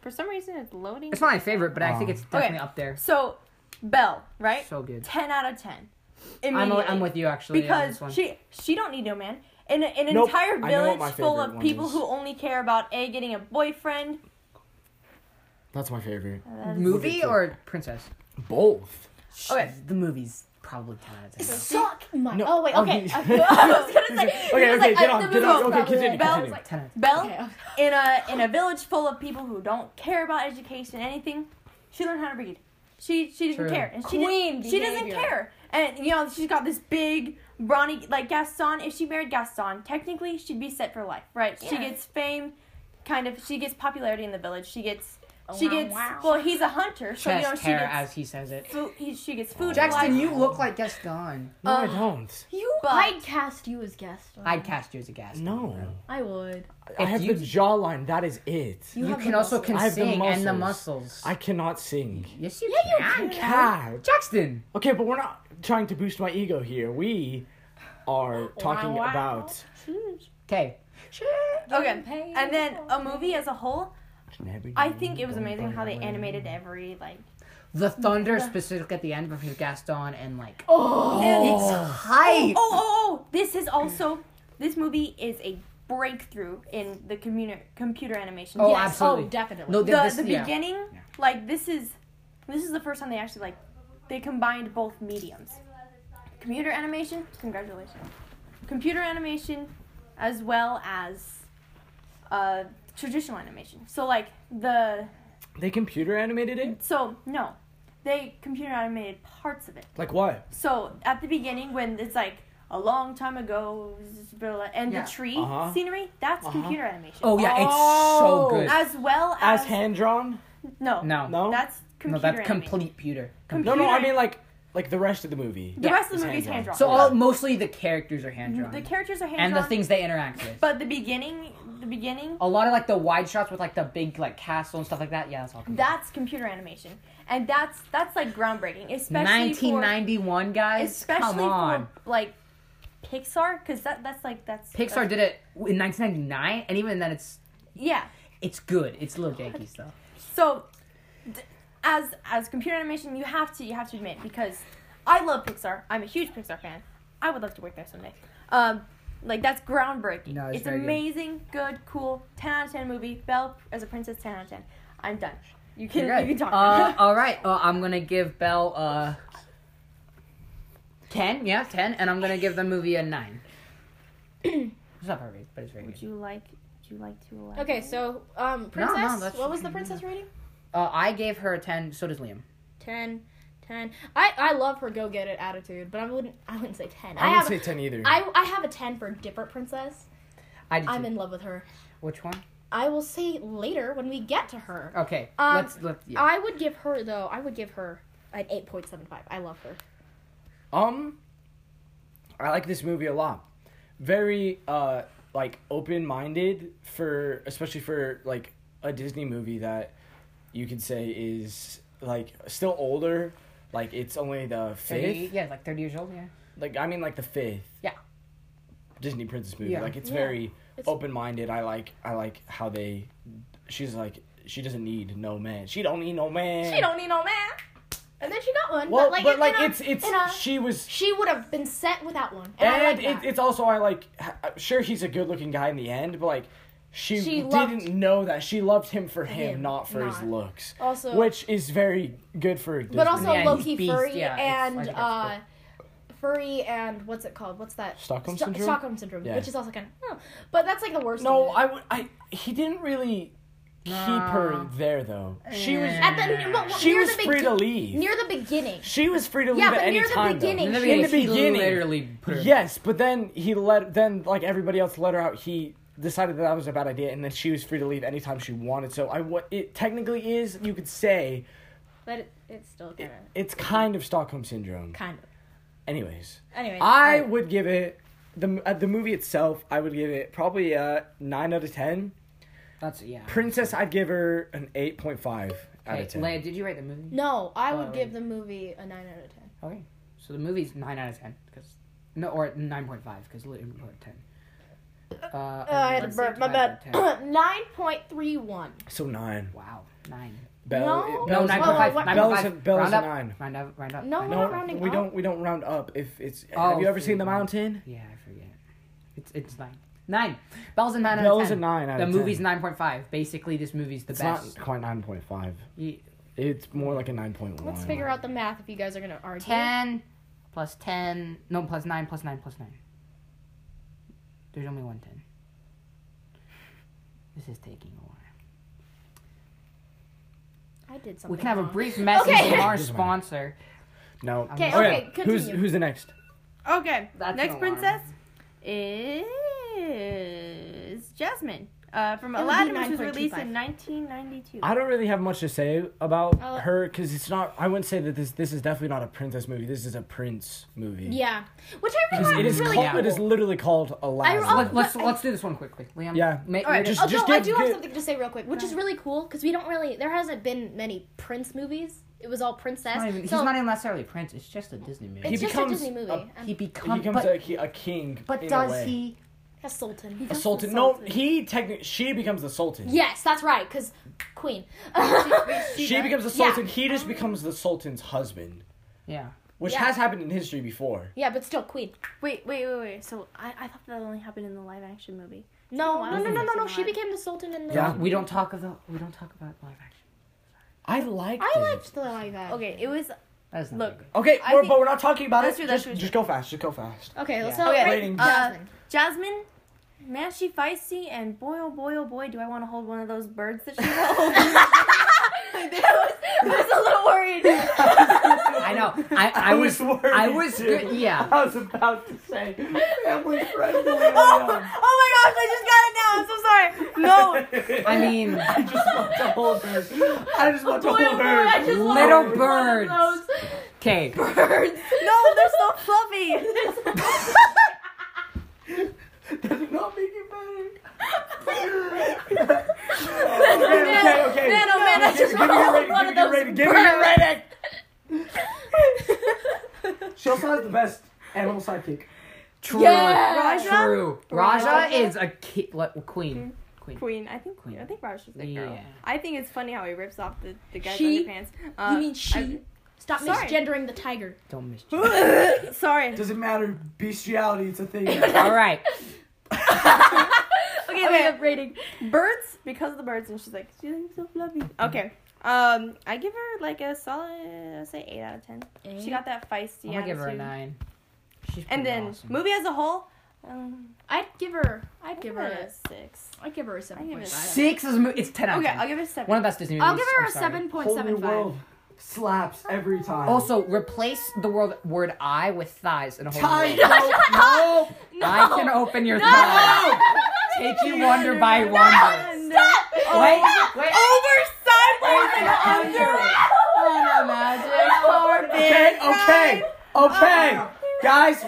S4: For some reason, it's loading.
S3: It's not my favorite, but I
S1: Oh.
S3: think it's definitely up there.
S4: So, Belle, right?
S3: So good.
S4: Ten out of ten.
S3: I'm,
S4: Immediately.
S3: I'm with you actually on this
S4: Because
S3: one.
S4: she she don't need no man. In a, an
S1: Nope, I know
S4: entire
S1: what my
S4: village full
S1: favorite
S4: of
S1: one
S4: people
S1: is.
S4: who only care about a getting
S3: (coughs)
S4: a boyfriend.
S1: That's my favorite.
S2: Uh,
S3: movie or princess?
S1: Both.
S4: Okay.
S3: The movie's probably ten out of ten.
S2: Suck my.
S1: No.
S2: Oh wait,
S1: Oh, (laughs)
S2: okay.
S1: he-
S2: (laughs) I was gonna say.
S1: Okay, okay,
S2: was like,
S1: get
S2: I-
S1: on,
S2: the
S1: get
S2: movie
S1: on.
S2: was
S1: Okay,
S2: about
S1: continue, continue.
S2: it.
S4: Belle's like
S3: Ten out of ten.
S4: Belle
S2: Okay.
S4: in a in a village full of people who don't care about education, anything. She learned how to read. She she didn't
S3: True.
S4: care, and she
S2: Queen
S4: didn't, she doesn't
S2: behavior.
S4: care. And you know she's got this big Ronnie like Gaston. If she married Gaston, technically she'd be set for life, right? She
S2: Yeah.
S4: gets fame, kind of. She gets popularity in the village. She gets she
S2: Oh, wow,
S4: gets
S2: wow.
S4: well. He's a hunter, so you know
S3: Chest
S4: she
S3: hair,
S4: gets
S3: as he says it.
S4: food. He, she gets food.
S3: Jackson,
S4: life.
S3: you look like Gaston.
S1: No,
S2: uh.
S1: I don't.
S2: You,
S4: But-
S2: I'd cast you as guest.
S3: I'd cast you as a Gaston.
S1: No.
S2: I would.
S1: I
S3: If
S1: have
S3: you-
S1: the jawline. That is it.
S2: You,
S3: You
S2: have
S3: can
S2: the
S3: also
S2: muscles.
S3: can
S1: I have the
S3: sing and the
S1: muscles.
S3: muscles.
S1: I cannot sing.
S3: Yes, you
S2: Yeah, you
S3: can.
S1: God.
S3: Jackson.
S1: Okay, but we're not trying to boost my ego here. We are talking
S2: wow.
S1: about.
S3: Okay.
S4: okay. And then a movie as a whole, I think it was amazing how they
S1: Everybody.
S4: animated every like.
S3: The thunder specific at the end between Gaston and like
S4: Oh,
S3: hype.
S4: oh, oh! This is also this movie is a breakthrough in the commuter, computer animation.
S3: Oh,
S4: yes.
S3: absolutely.
S2: Oh, definitely.
S3: No,
S4: The,
S3: th- this,
S4: the
S3: yeah.
S4: beginning, like this is this is the first time they actually like they combined both mediums. Computer animation, congratulations. Computer animation, as well as uh, traditional animation. So like the
S1: They computer animated it?
S4: so no, they computer animated parts of it.
S1: Like what?
S4: So at the beginning, when it's like a long time ago, and
S3: Yeah.
S4: the tree
S1: Uh-huh.
S4: scenery, that's computer animation.
S3: Oh yeah, it's so good.
S4: As well as,
S1: As hand drawn?
S4: no
S3: No.
S1: No.
S4: that's
S3: No,
S4: computer
S3: that's
S4: animation.
S3: complete pewter.
S1: No,
S4: Computer
S1: no, I mean like like the rest of the movie.
S4: the
S3: yeah,
S4: rest of
S1: it's
S4: the movie is hand
S1: hand-drawn.
S4: drawn.
S3: So all mostly Mm-hmm, the characters are hand drawn,
S4: the characters are hand
S3: and the
S4: drawn.
S3: things Oh. they interact with.
S4: but the beginning, the beginning,
S3: a lot of like the wide shots with like the big like castle and stuff like that. Yeah, that's all. computer.
S4: that's computer animation, and that's that's like groundbreaking, especially for
S3: 1991 guys.
S4: especially
S3: come on.
S4: for like Pixar, because that that's like that's
S3: Pixar did it in 1999, and even then, it's
S4: yeah.
S3: it's good. It's a little janky stuff.
S4: So, d- as as computer animation, you have to you have to admit because I love Pixar. I'm a huge Pixar fan. I would love to work there someday. Um, like that's groundbreaking.
S3: No, it's
S4: it's
S3: very good.
S4: amazing, good. cool. Ten out of ten movie. Belle as a princess. Ten out of ten. I'm done. You can
S3: You're good.
S4: you can talk. (laughs)
S3: Uh, all right, uh, I'm gonna give Belle uh, ten, yeah, ten, and I'm gonna give the movie a
S4: (clears throat)
S3: nine. it's not perfect, but it's very
S4: would
S3: good.
S4: you like Would you like to uh, elaborate?
S2: Okay, so um, princess.
S3: that's-
S2: what was the princess rating?
S3: Uh, I gave her a ten. So does Liam.
S2: 10 10 i i love her go get it attitude but i wouldn't i wouldn't say 10 i,
S1: I
S2: have
S1: wouldn't say ten either.
S2: I, I have a 10 for different princess
S3: I did.
S2: i'm
S3: too.
S2: in love with her
S3: Which one?
S2: i will say later when we get to her
S3: Okay,
S2: Um,
S3: let's let's. Oh, Yeah.
S2: i would give her though i would give her an 8.75 i love her
S1: Um, I like this movie a lot. Very uh like open minded for especially for like a Disney movie that you could say is like still older. Like it's only the
S3: 30,
S1: fifth.
S3: yeah, like 30 years old. Yeah.
S1: Like I mean like the fifth.
S3: Yeah.
S1: Disney princess movie.
S3: Yeah.
S1: Like it's
S2: Yeah.
S1: very
S2: It's-
S1: open minded. I like I like how they. She's like she doesn't need no man. She don't need no man.
S2: she don't need no man and then she got one
S1: Well,
S2: but like, in a-
S1: it's it's
S2: in a-
S1: she was
S2: she would have been set without one and, I
S1: And
S2: like that.
S1: it, it's also I like. ha- I'm Sure, he's a good-looking guy in the end, but like, she,
S2: She
S1: didn't
S2: loved-
S1: know that she loved him for him,
S2: him,
S1: not for his
S2: not.
S1: looks,
S2: also
S1: which is very good for. Disney.
S2: but also
S3: Yeah,
S2: low
S3: he's
S2: key
S3: beast,
S2: furry
S3: yeah, it's- I
S2: and
S3: think
S2: uh,
S3: that's
S2: furry and what's it called? What's that?
S1: Stockholm
S2: Sto-
S1: syndrome?
S2: Stockholm syndrome,
S1: Yeah.
S2: which is also kind of, huh. but that's like the worst.
S1: no,
S2: one.
S1: I would. I he didn't really keep her there though. She was.
S2: at the but, but
S1: She
S2: near
S1: was free
S2: the
S1: to
S2: begin-
S1: leave.
S2: near the beginning.
S1: she was free to leave
S2: Yeah,
S1: at
S2: but
S1: any
S2: near the
S1: time. though.
S2: beginning, In the
S1: in the
S2: beginning,
S1: beginning,
S3: literally put her.
S1: Yes, but then he let then like everybody else let her out. He decided that that was a bad idea, and then she was free to leave anytime she wanted. So I what it technically is you could say
S2: But it, it's still kind of
S1: it's kind of Stockholm syndrome.
S2: kind of.
S1: Anyways,
S2: Anyway,
S1: I would give it the uh, the movie itself. I would give it probably a nine out of ten.
S3: That's yeah.
S1: Princess, I'd give her an eight point five out
S3: Okay,
S1: of ten.
S3: Leia, did you rate the movie?
S2: no, I would
S3: Oh.
S2: give the movie a nine out of ten.
S3: Okay. So the movie's nine out of ten because no, or nine point five because Liam put ten. Uh,
S2: I had
S3: and
S2: to
S3: Liam
S2: burp. My
S3: put
S2: (coughs)
S3: ten.
S2: bad. (clears throat) nine point three one.
S1: so nine.
S3: Wow, nine.
S1: Bell,
S2: No.
S3: No,
S1: Bell's
S3: nine
S1: a
S3: point
S2: Oh,
S3: five.
S2: what-
S3: nine
S1: Bell
S3: point
S1: is a-
S3: five.
S1: Bell is
S3: round
S1: a
S3: up,
S1: nine.
S3: Round up. Round up.
S2: No,
S3: round
S2: we're
S3: up.
S2: not rounding
S1: we
S2: up.
S1: don't we don't round up if it's.
S3: Oh,
S1: have you ever seen The
S3: three.
S1: Mountain?
S3: Yeah, I forget. It's it's nine. Nine. Bell's a nine out
S1: Bell's
S3: of ten.
S1: a nine out
S3: the
S1: of
S3: movie's
S1: 10.
S3: nine point five. Basically, this movie's the
S1: It's
S3: best.
S1: not quite nine point five.
S3: Ye-
S1: It's more like a nine point one.
S2: Let's figure out the math if you guys are gonna argue.
S3: ten plus ten. No, plus nine plus nine plus nine. There's only one ten. This is taking a while.
S2: I did something.
S3: We can have a
S2: wrong.
S3: brief message
S2: Okay.
S3: from our
S1: Doesn't matter.
S3: sponsor.
S1: No. Oh,
S3: Okay,
S2: okay,
S1: Who's
S2: continue.
S1: who's the next?
S4: Okay.
S3: That's
S4: Next
S3: an alarm.
S4: princess is Jasmine uh, from
S2: It would be
S4: Aladdin, which was
S2: 9.25.
S4: released in 1992.
S1: I don't really have much to say about
S2: Uh,
S1: her because it's not. I wouldn't say that this this is definitely not a princess movie. This is a prince movie.
S2: Yeah, which I really
S1: Because it is
S2: really
S1: called.
S2: cool.
S1: It is literally called Aladdin.
S2: I-
S3: Let, let's let's do this one quickly, Liam.
S1: Yeah.
S3: Ma-
S1: Oh, All right,
S3: ma-
S1: just-
S2: Oh, no, I
S1: give-
S2: do
S1: give-
S2: have something to say real quick, which is really cool because we don't really. There hasn't been many Prince movies. It was all princess.
S3: not even, he's
S2: so
S3: not even necessarily a prince. It's just a Disney movie.
S1: He
S2: it's just a
S1: becomes
S2: Disney
S1: a-
S2: movie.
S3: He,
S2: and
S1: he
S3: becomes,
S1: becomes
S3: but,
S1: a, ki- a king.
S3: but
S1: in a
S3: does
S1: way.
S3: he?
S2: a sultan.
S1: A sultan? No, he technically. She becomes the sultan.
S2: Yes, that's right. Because queen. (laughs)
S1: She becomes the
S2: Yeah.
S1: sultan. He just becomes the sultan's husband,
S3: Yeah.
S1: which
S2: Yeah.
S1: has happened in history before.
S2: yeah, but still queen.
S4: Wait, wait, wait, wait. So I, I thought that only happened in the live action movie.
S2: No,
S4: Wow.
S2: no, no, no, no, no. She
S4: Yeah.
S2: became the sultan in the.
S1: Yeah.
S3: We don't talk of the. We don't talk about live action.
S1: I liked
S2: I
S1: it.
S2: liked the live action.
S4: Okay, it was.
S3: That's not
S4: Look,
S3: very
S1: Okay,
S4: I
S1: we're,
S4: think-
S1: but we're not talking about
S4: That's
S1: it.
S4: true,
S1: just,
S4: that's true,
S2: (laughs)
S1: just go fast. Just go fast.
S2: Okay, let's
S3: Yeah.
S2: not
S4: Okay,
S2: rate
S1: rating.
S2: Jasmine.
S4: Jasmine Man, she feisty, and boy, oh boy, oh boy, do I want to hold one of those birds that she (laughs) holds.
S8: I was a little
S4: (laughs) Oh,
S8: worried.
S3: I know. I,
S1: (laughs)
S3: I was. I was. good- Yeah.
S1: I was about to say family friendly.
S4: oh my gosh, I just got it now. I'm so sorry. No,
S1: (laughs)
S3: I mean,
S1: I just want to hold her. I just want to
S8: Boy, oh
S1: hold
S8: boy, I
S1: her.
S8: just wanna
S3: Little
S8: hold one of
S3: birds.
S8: those
S3: okay.
S8: Birds.
S4: no, they're so fluffy.
S1: (laughs) Does it not make it better? okay,
S4: (laughs)
S1: okay, okay.
S8: Man, oh man, I
S1: Give-
S8: just
S1: give
S8: want to
S1: me your
S8: hold
S1: rating,
S8: one
S1: give
S8: of those
S1: me your rating,
S8: birds.
S1: give me your rating. She also has the best animal sidekick.
S3: True.
S8: Yeah.
S4: Raja?
S3: True. Raja,
S4: Raja?
S3: is a ki- like, queen. Queen.
S4: (laughs) Queen, I think I think Raj was the girl.
S3: Yeah.
S4: I think it's funny how he rips off the, the guy's
S8: She?
S4: underpants.
S8: You mean she? Stop
S4: uh, Sorry.
S8: misgendering the tiger.
S3: Don't (laughs) miss.
S4: I- sorry.
S1: Doesn't matter. Bestiality, it's a thing.
S3: (laughs) All right.
S4: Okay,
S8: Okay,
S4: okay.
S8: up rating.
S4: Birds because of the birds, and she's like, she's so fluffy.
S3: Mm-hmm.
S4: Okay. Um, I give her like a solid, I say eight out of ten. She got that feisty.
S3: I'm gonna give her a
S4: attitude.
S3: nine. She's pretty
S4: And then
S3: awesome.
S4: movie as a whole, um,
S8: I'd give her.
S4: I
S8: I'd
S4: give her a six.
S8: A, I'd give her a seven
S4: give it
S8: point
S4: a
S8: five.
S3: six is a mo- it's ten out of
S4: Okay,
S3: ten.
S4: I'll give her a seven.
S3: One of the best Disney movies.
S8: I'll give her
S3: I'm
S8: a
S3: sorry.
S8: seven point
S1: Whole new
S8: seven five.
S1: world slaps every time.
S3: Also, replace the word, word "I" with thighs in a whole
S1: Ty,
S3: new
S1: no,
S3: word.
S1: no,
S3: I can open your thighs. Take you wonder by wonder.
S4: Stop!
S3: Wait, wait.
S4: Over sideways and
S1: under.
S4: under.
S1: Okay, okay, okay, guys,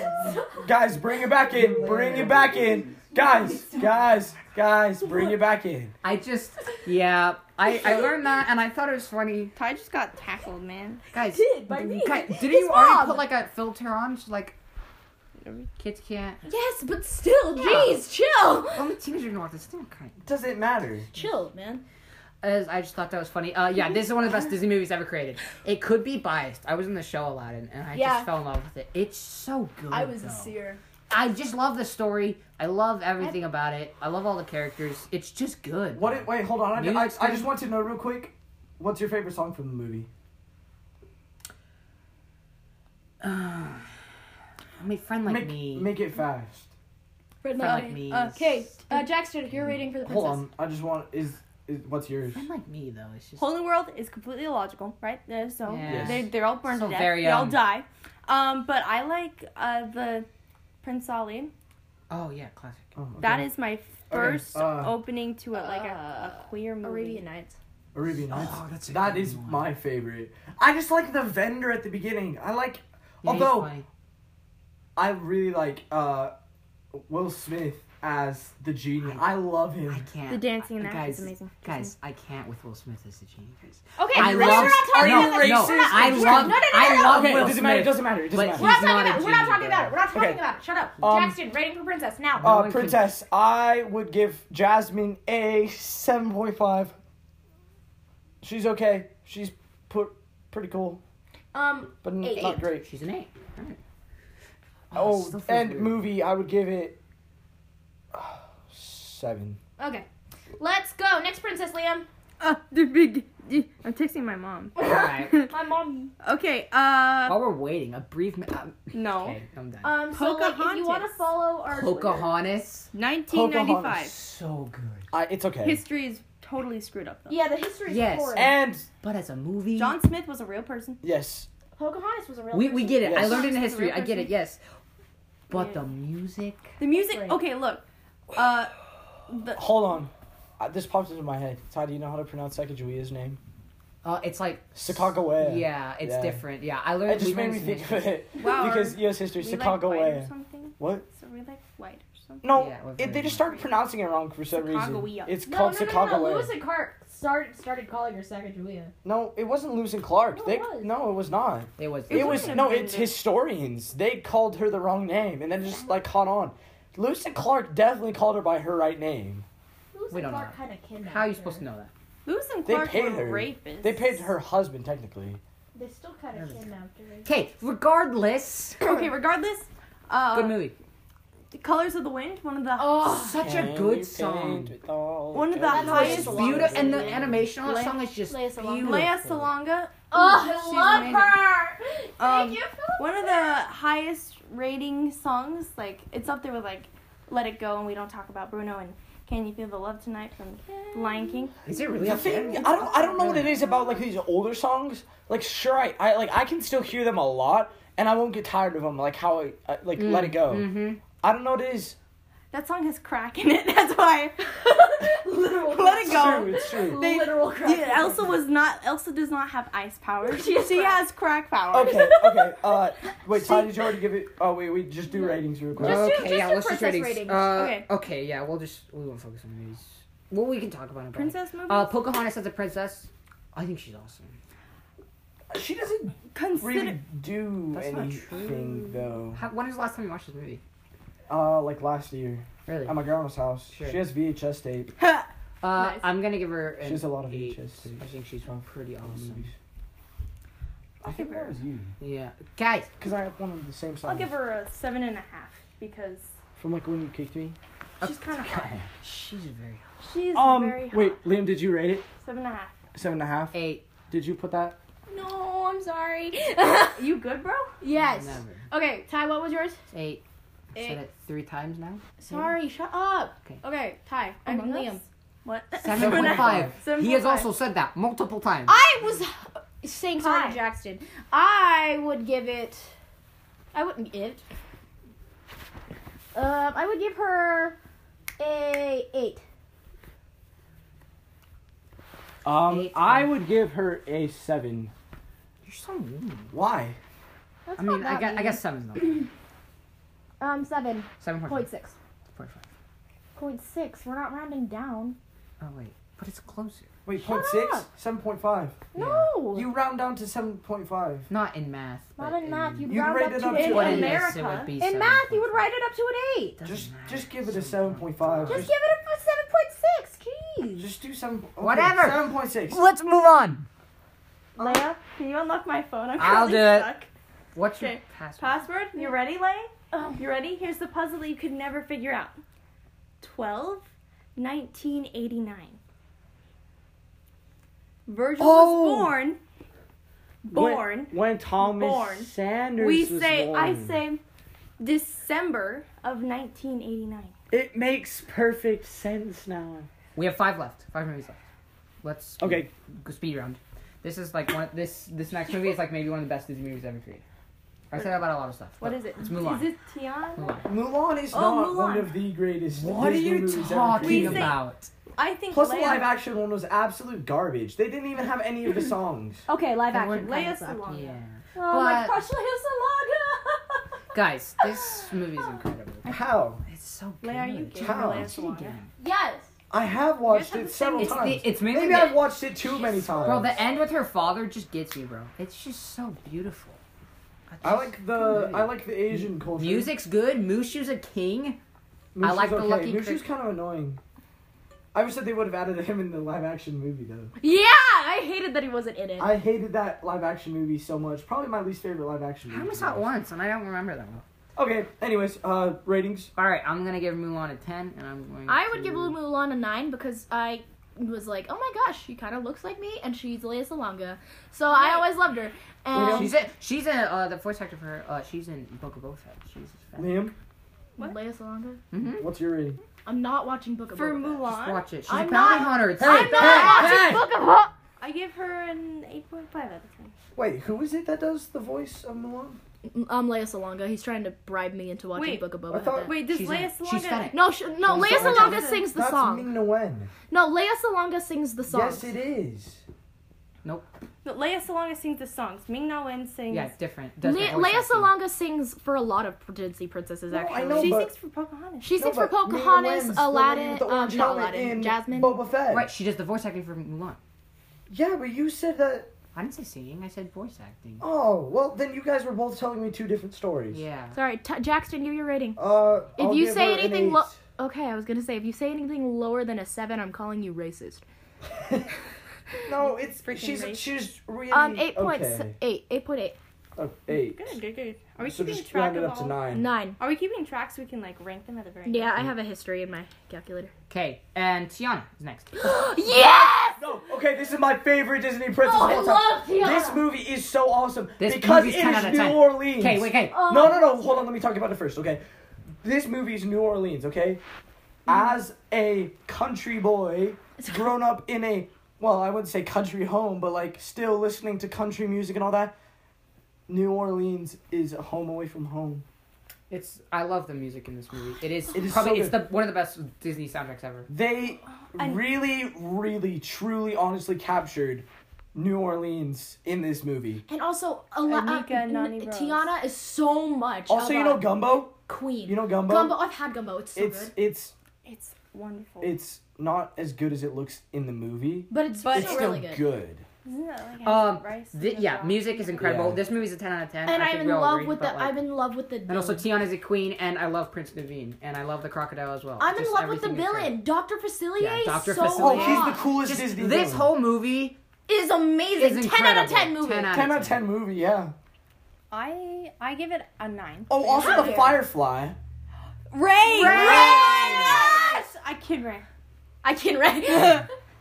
S1: guys, bring it back in. Bring it back in, guys, guys, guys, bring it back in.
S3: I just, yeah, I, I learned that and I thought it was funny.
S4: Ty just got tackled, man.
S3: Guys,
S8: did, by me.
S3: guys, didn't
S8: His
S3: you already
S8: mom.
S3: put like a filter on? She's like, kids can't.
S8: Yes, but still, jeez, chill.
S3: Only teenagers know what this thing kind.
S1: Doesn't matter.
S8: Chill, man.
S3: As I just thought that was funny. Uh, yeah, this is one of the best Disney movies ever created. It could be biased. I was in the show Aladdin, and I
S8: Yeah.
S3: just fell in love with it. It's so good.
S8: I was a
S3: though.
S8: seer.
S3: I just love the story. I love everything about it. I love all the characters. It's just good.
S1: What? It, wait, hold on. I, ju- I,
S3: Music's
S1: I
S3: good.
S1: just want to know real quick. What's your favorite song from the movie?
S3: I mean, friend like
S1: Make,
S3: me.
S1: make it fast.
S8: Friend
S3: Friend like me. is-
S8: Okay, uh, Jackson, your rating for the princess.
S1: Hold on. I just want is is what's yours?
S3: Friend like me though. It's just.
S4: Whole New World is completely illogical, right? They're, so
S3: Yeah.
S4: they they're all burned
S3: So
S4: to death.
S3: very,
S4: they all
S3: um,
S4: die. Um, but I like uh, the Prince Ali.
S3: Oh yeah, classic.
S1: Oh, okay.
S4: That is my first
S1: uh,
S4: opening to a, like a, a queer movie.
S8: uh, Arabian Nights.
S1: Arabian Nights.
S3: Oh, that's a
S1: that
S3: good
S1: is
S3: one.
S1: my favorite. I just like the vendor at the beginning. I like,
S3: Yeah, he's
S1: although
S3: funny.
S1: I really like uh, Will Smith as the genie. I love
S3: I
S1: him.
S3: can't.
S4: The dancing in
S3: I-
S4: that
S3: guys,
S4: is amazing.
S3: Guys, I can't with Will Smith as the genie. Guys.
S8: Okay,
S3: I
S8: let's-
S3: love.
S8: we're not talking
S3: no,
S8: about that.
S1: you
S3: no,
S1: racist?
S3: I
S1: Just-
S3: love.
S8: No, no, no,
S3: I
S8: no, no.
S3: love
S1: Okay, it
S3: Will
S1: doesn't
S3: Smith.
S1: matter. It doesn't matter. It doesn't
S3: But
S1: matter.
S8: We're not
S3: He's
S8: talking
S3: not a
S8: about it. We're not
S3: genie,
S8: talking about it. We're not talking
S1: Okay.
S8: about it. Shut up.
S1: Um,
S8: Jackson, rating for princess now.
S1: Uh,
S3: one can-
S1: princess, I would give Jasmine a seven point five. She's okay. She's put pretty cool,
S8: um,
S1: but n-
S8: Eight.
S1: not great.
S3: She's an eight. All right. it
S1: Oh,
S3: still feels
S1: and
S3: weird.
S1: movie, I would give it uh, seven.
S8: okay. Let's go. Next princess, Liam.
S4: Uh, the big. I'm texting my mom.
S3: All
S8: (laughs)
S3: right.
S8: My mom.
S4: (laughs) Okay. Uh,
S3: While we're waiting, a brief. mi- Um,
S4: no.
S3: okay, I'm done.
S8: Um, so like, if you
S4: Pocahontas.
S8: want to follow our
S3: Pocahontas.
S4: 1995.
S3: So good.
S1: I, it's okay.
S4: History is totally screwed up though.
S8: yeah, the history is
S3: Yes.
S8: horrid.
S1: and
S3: But as a movie,
S4: John Smith was a real person.
S1: yes,
S8: Pocahontas was a real.
S3: we we get it. I
S1: Yes.
S3: learned it in
S4: John Smith is a
S3: history.
S4: real
S3: I get it.
S4: person.
S3: Yes. But
S4: Yeah.
S3: the music.
S4: The music.
S8: Right.
S4: Okay, look. Uh, the
S1: hold on. Uh, this popped into my head. Ty, do you know how to pronounce Sacagawea's name?
S3: Uh, it's like
S1: Sacagawea.
S3: Yeah, it's
S1: Yeah.
S3: different. Yeah, I learned.
S1: It just
S3: we
S1: made
S3: learned
S1: me
S3: some
S1: think
S3: history.
S1: of it
S4: Wow.
S1: because U.S. history,
S4: (laughs) we like white or
S1: Sacagawea.
S4: something.
S1: what?
S4: So we like white or something.
S1: No,
S3: Yeah, we're
S1: it, they
S3: very
S1: just started
S4: different.
S1: pronouncing it wrong for some reason.
S4: Sacagawea.
S1: It's
S8: No,
S1: called
S8: no, no, no, no.
S1: Sacagawea.
S8: Lewis and Clark started started calling her Sacagawea.
S1: No, it wasn't Lewis and Clark.
S8: No, it
S1: they
S8: was.
S1: no, it was not.
S3: It was.
S1: It,
S4: It
S1: was
S4: wouldn't
S1: no,
S4: have been
S1: it's
S4: the-
S1: historians. They called her the wrong name and then just like caught on. Lewis and Clark definitely called her by her right name.
S8: Lewis
S3: We
S8: and
S3: don't
S8: Clark
S3: know.
S8: kind of kidnapped.
S3: How are you supposed to know that?
S4: Lewis and
S1: They
S4: Clark
S1: paid
S4: were
S1: her.
S4: rapists.
S1: They paid her husband technically.
S8: They still kind of kidnapped her.
S3: Okay, regardless.
S4: Okay, regardless. Uh,
S3: Good movie.
S4: The Colors of the Wind, one of the
S8: Oh,
S3: Such
S1: Can
S3: a
S1: you
S3: good
S1: paint
S3: song.
S1: with all
S4: One of the
S1: colors
S4: highest-
S1: of
S3: Beautiful,
S1: the
S3: and the
S1: rainbow?
S3: animation on the
S8: Leia-
S3: song is just
S8: Leia Salonga.
S3: beautiful.
S4: Leia Salonga.
S8: oh,
S4: She's
S8: I love
S4: amazing.
S8: her.
S4: Um,
S8: Thank you. For
S4: One of the highest rating songs. Like it's up there with like Let It Go, and we don't talk about Bruno and Can You Feel the Love Tonight from Lion King.
S3: Is it really
S1: The
S3: up there?
S1: thing I don't I don't know what it is about like these older songs. Like sure I, I like I can still hear them a lot and I won't get tired of them. Like how I, I like
S3: Mm,
S1: Let It Go.
S3: mm-hmm.
S1: I don't know what it is.
S4: That song has crack in it. (laughs) That's
S2: (laughs)
S4: why.
S2: Literal
S4: Let it
S1: It's true.
S4: go.
S1: It's true.
S4: They-
S2: Literal crack.
S4: Dude, Elsa was not. Elsa does not have ice
S2: (laughs)
S4: powers. She, has crack powers. (laughs)
S1: okay. Okay. Uh, wait. Ty, did you already give it? Oh wait. We just do ratings real quick.
S2: Just do-
S3: okay,
S2: just
S3: yeah,
S2: do
S3: let's just
S2: princess
S3: ratings.
S2: ratings.
S3: Uh,
S4: Okay.
S3: okay. yeah, we'll just we won't focus on movies. Well, we can talk about it. but-
S4: Princess movies?
S3: Uh, Pocahontas as a princess. I think she's awesome.
S1: she doesn't
S4: Consider. (laughs)
S1: really do
S3: That's not
S1: anything though.
S3: How, when was the last time you watched this movie?
S1: Uh, like last year
S3: Really?
S1: at my grandma's house.
S3: Sure.
S1: She has VHS tape.
S3: uh,
S4: Nice.
S3: I'm gonna give her. An
S1: She has a lot of VHS
S3: eight.
S1: tapes
S3: I think she's
S1: of
S3: pretty awesome.
S1: Um, movies. I think that was you.
S3: Yeah, guys.
S1: Cause I have one of the same songs
S4: I'll give her a seven and a half because
S1: from like when you kicked me.
S4: she's kind of hot.
S3: She's very hot.
S4: She's
S1: Um,
S4: very hot.
S1: wait, Liam, did you rate it
S4: Seven and a half.
S1: seven and a half?
S3: Eight.
S1: Did you put that?
S2: No, I'm
S3: (laughs)
S2: sorry. (laughs)
S4: You good, bro?
S2: yes.
S3: Never.
S2: Okay, Ty, what was yours?
S3: It's eight. I Said
S2: Eight.
S3: it three times now.
S2: Sorry, shut up.
S3: Okay.
S2: Okay, Ty, I'm
S4: Among
S2: Liam.
S4: Us? What?
S3: (laughs) Seven point five.
S4: (laughs) Seven
S3: He
S4: point
S3: has
S4: five.
S3: also said that multiple times.
S2: I was saying sorry
S4: Hi.
S2: to Jackson. I would give it. I wouldn't give it. Um, I would give her a eight.
S1: Um,
S3: Eight.
S1: I would give her a seven.
S3: You're so mean.
S1: Why?
S2: That's
S3: I mean,
S2: not that
S3: I guess, I
S2: mean.
S3: guess seven's not.
S2: um seven
S3: Seven
S2: point six.
S3: Point five.
S2: Point six. We're not rounding down.
S3: Oh wait, but it's closer.
S1: Wait, point six,
S2: up.
S1: seven point five.
S2: No,
S1: You round down to seven point five.
S3: Not in math.
S2: not
S3: but
S2: in math. You'd
S1: You
S2: round
S1: rate
S2: up
S1: it
S2: to
S1: up
S2: an
S1: to
S3: what
S1: an
S2: eight.
S3: it is,
S4: America.
S3: it would be
S2: In
S3: seven
S2: math, you
S3: point
S2: would
S3: five.
S2: write it up to an eight.
S3: Doesn't
S1: Just,
S3: matter.
S1: just give it a seven
S3: Seven
S1: point
S3: point
S1: five.
S2: Just
S1: Just,
S2: give it a seven point six. Jeez.
S1: just do some. Okay,
S3: Whatever.
S1: Seven point six.
S3: Let's move on.
S4: Leia, can you unlock my phone? I'm
S3: I'll
S4: currently
S3: do it.
S4: stuck.
S3: What's your
S4: Okay,
S3: password?
S4: Password? You ready, Leia?
S2: Oh.
S4: You ready? Here's the puzzle that you could never figure out. 12, 1989. Virgil was
S1: Oh!
S4: born. Born.
S1: When, when Thomas
S4: Born.
S1: Sanders
S4: we
S1: was
S4: say, I
S1: born.
S4: say, December of 1989.
S1: It makes perfect sense now.
S3: We have five left. Five movies left. Let's speed,
S1: Okay.
S3: go speed round. This is like one. This this next movie is like maybe one of the best Disney movies ever created. I said that about a lot of stuff.
S4: What
S3: but
S4: is it?
S3: Let's move on.
S4: Is it Tiana?
S3: Move on.
S1: Mulan is
S4: Oh,
S1: not
S4: Mulan.
S1: one of the greatest.
S3: What are
S1: Disney
S3: you
S1: movies ever
S3: talking
S1: created.
S4: say-
S3: about?
S4: I think
S1: Plus, the
S4: Leia.
S1: live action one was absolute garbage. They didn't even have any
S3: (laughs)
S1: of the songs.
S2: Okay, live
S3: They
S2: action.
S3: weren't
S4: Leia
S2: Leia.
S4: Salonga.
S3: Yeah.
S2: Oh my
S3: But-
S2: gosh, Leia Salonga.
S3: Guys, this movie is incredible.
S1: How?
S3: It's so good.
S4: Leia, are you gay?
S1: How?
S4: Leia
S3: Watch it
S4: Salonga.
S3: again.
S2: yes.
S1: I have watched
S4: You
S1: it
S4: guys
S1: several
S4: have
S3: It's
S1: times.
S3: the, it's mainly
S1: Maybe
S3: the-
S1: I've watched it too many times.
S3: Bro, the end with her father just gets me, bro. It's just so beautiful.
S1: I like the I like the Asian culture.
S3: Music's good. Mushu's a king.
S1: Mushu's
S3: I like the
S1: okay.
S3: Lucky
S1: Mushu's
S3: Cricket.
S1: kind of annoying. I wish that they would have added him in the live action movie though.
S2: Yeah, I hated that he wasn't in it.
S1: I hated that live action movie so much. Probably my least favorite live action
S3: I
S1: movie.
S3: only saw it once, and I don't remember that one.
S1: Okay. Anyways, uh, ratings.
S3: All right, I'm gonna give Mulan a ten, and I'm going.
S2: I would give
S3: to-
S2: Lou Mulan a nine because I was like, oh my gosh, she kind of looks like me, and she's Leia Salonga, so I always loved her. And
S3: She's a, she's a, uh, the voice actor for her. Uh, she's in Book of Boba Fett. She's fat.
S1: Liam,
S4: What?
S2: Leia Salonga.
S3: Mm-hmm.
S1: what's your rating?
S2: I'm not watching Book of
S4: For
S2: Boba Fett.
S4: Mulan,
S3: Watch it. She's
S2: I'm
S3: a bounty
S2: not-
S3: hunter. It's
S2: I'm not watching Book of Ho-
S4: I give her an 8.5 out of 10.
S1: Wait, who is it that does the voice of Mulan?
S2: I'm Leia Salonga. He's trying to bribe me into watching
S4: Wait,
S2: Book of
S1: I
S2: Boba
S1: thought-
S2: Fett.
S4: Wait, does
S3: She's
S4: Leia
S3: in- she's
S4: Salonga...
S3: fat.
S2: No, sh- no, Leia
S4: sorry,
S2: Salonga
S4: Jonathan.
S2: sings the
S1: That's
S2: song.
S1: Ming Na Wen.
S2: No, Leia Salonga sings the song.
S1: Yes, it is.
S4: No, Leia Salonga sings the songs. Ming-Na Wen sings...
S3: Yeah, it's different.
S2: Le-
S3: Does the voice
S2: Leia
S3: acting.
S2: Salonga sings for a lot of Disney princesses,
S1: No, I
S2: actually.
S1: know,
S4: she
S1: but-
S4: sings for Pocahontas.
S2: She
S1: No,
S2: sings for
S1: but Ming Na
S2: Pocahontas,
S1: Wen's the lady
S2: Aladdin,
S1: with the orange
S2: um, not
S1: helmet in
S2: Aladdin, Jasmine.
S1: Boba Fett.
S3: Right, she does the voice acting for Mulan.
S1: Yeah, but you said that.
S3: I didn't say singing. I said voice acting.
S1: Oh, well, then you guys were both telling me two different stories.
S3: Yeah.
S2: Sorry, t- Jackson, give your rating.
S1: Uh,
S2: If
S1: I'll
S2: you
S1: give
S2: say
S1: her an
S2: anything lo-
S1: eight.
S2: Okay, I was gonna say if you say anything lower than a seven, I'm calling you racist.
S1: no, it's
S4: Freaking
S1: she's
S4: racist.
S1: she's really
S2: Um, eight point
S1: okay.
S2: s- eight, eight point eight,
S1: Oh, eight.
S4: Good, good, good. Are we
S1: So
S4: keeping
S1: just
S4: track
S1: round it
S4: of
S1: up to
S4: all...
S1: nine.
S2: nine.
S4: Are we keeping track so we can, like, rank them at the very end?
S2: Yeah, I have a history in my calculator.
S3: Okay, and Tiana is next.
S2: yes!
S1: No, okay, this is my favorite Disney princess.
S2: Oh,
S1: of
S2: I
S1: all
S2: love
S1: time.
S2: Tiana.
S1: This movie is so awesome
S3: This
S1: because
S3: movie's
S1: it
S3: 10 out
S1: is
S3: of
S1: New
S3: 10.
S1: Orleans.
S3: Okay, wait, okay.
S2: Oh,
S1: No, no, no. Hold on. Let me talk about it first. Okay, this movie is New Orleans, okay? As a country boy, grown up in a well, I wouldn't say country home, but like still listening to country music and all that. New Orleans is a home away from home.
S3: It's I love the music in this movie. It is,
S1: It is
S3: probably
S1: so
S3: it's the one of the best Disney soundtracks ever.
S1: They
S4: And-
S1: really, really, truly, honestly captured New Orleans in this movie.
S8: And also, a
S2: uh,
S8: lot.
S4: Anika and Nani Rose.
S8: Tiana is so much.
S1: Also,
S8: of
S1: you
S8: a
S1: know Gumbo?
S8: Queen.
S1: you know Gumbo?
S8: Gumbo. I've had Gumbo. It's so
S1: It's
S8: good.
S1: it's
S4: It's wonderful.
S1: it's not as good as it looks in the movie.
S8: But it's,
S4: But
S1: it's
S8: still
S1: still
S8: really good.
S1: good.
S4: Isn't that like
S3: Um,
S4: rice?
S3: Th-
S4: in a
S3: yeah,
S4: jar?
S3: music is incredible.
S1: Yeah.
S3: This movie's a ten out of ten.
S8: And
S3: I
S8: I'm
S3: think
S8: in
S3: we all
S8: love
S3: agree,
S8: with the.
S3: but, like-
S8: I'm in love with the.
S3: And also
S8: villain.
S3: Tiana's a queen, and I love Prince Naveen, and I love the crocodile as well.
S8: I'm in
S3: Just
S8: love with the
S3: everything is great.
S8: villain, Doctor Facilier.
S3: Yeah, Dr.
S8: So
S3: Facilier.
S1: Oh,
S3: Yeah.
S1: he's the
S8: hot.
S1: coolest
S3: Just
S1: Disney.
S3: this
S1: villain.
S3: whole movie
S8: Is
S3: is
S8: amazing.
S3: incredible.
S8: Ten out of ten movie.
S3: 10 out
S1: ten out of ten movie. Yeah.
S4: I I give it a nine.
S1: Oh, also
S8: How
S1: the
S8: dare.
S1: Firefly.
S4: Ray. Ray. Yes, I kid Ray.
S8: I can
S4: (laughs)
S8: write.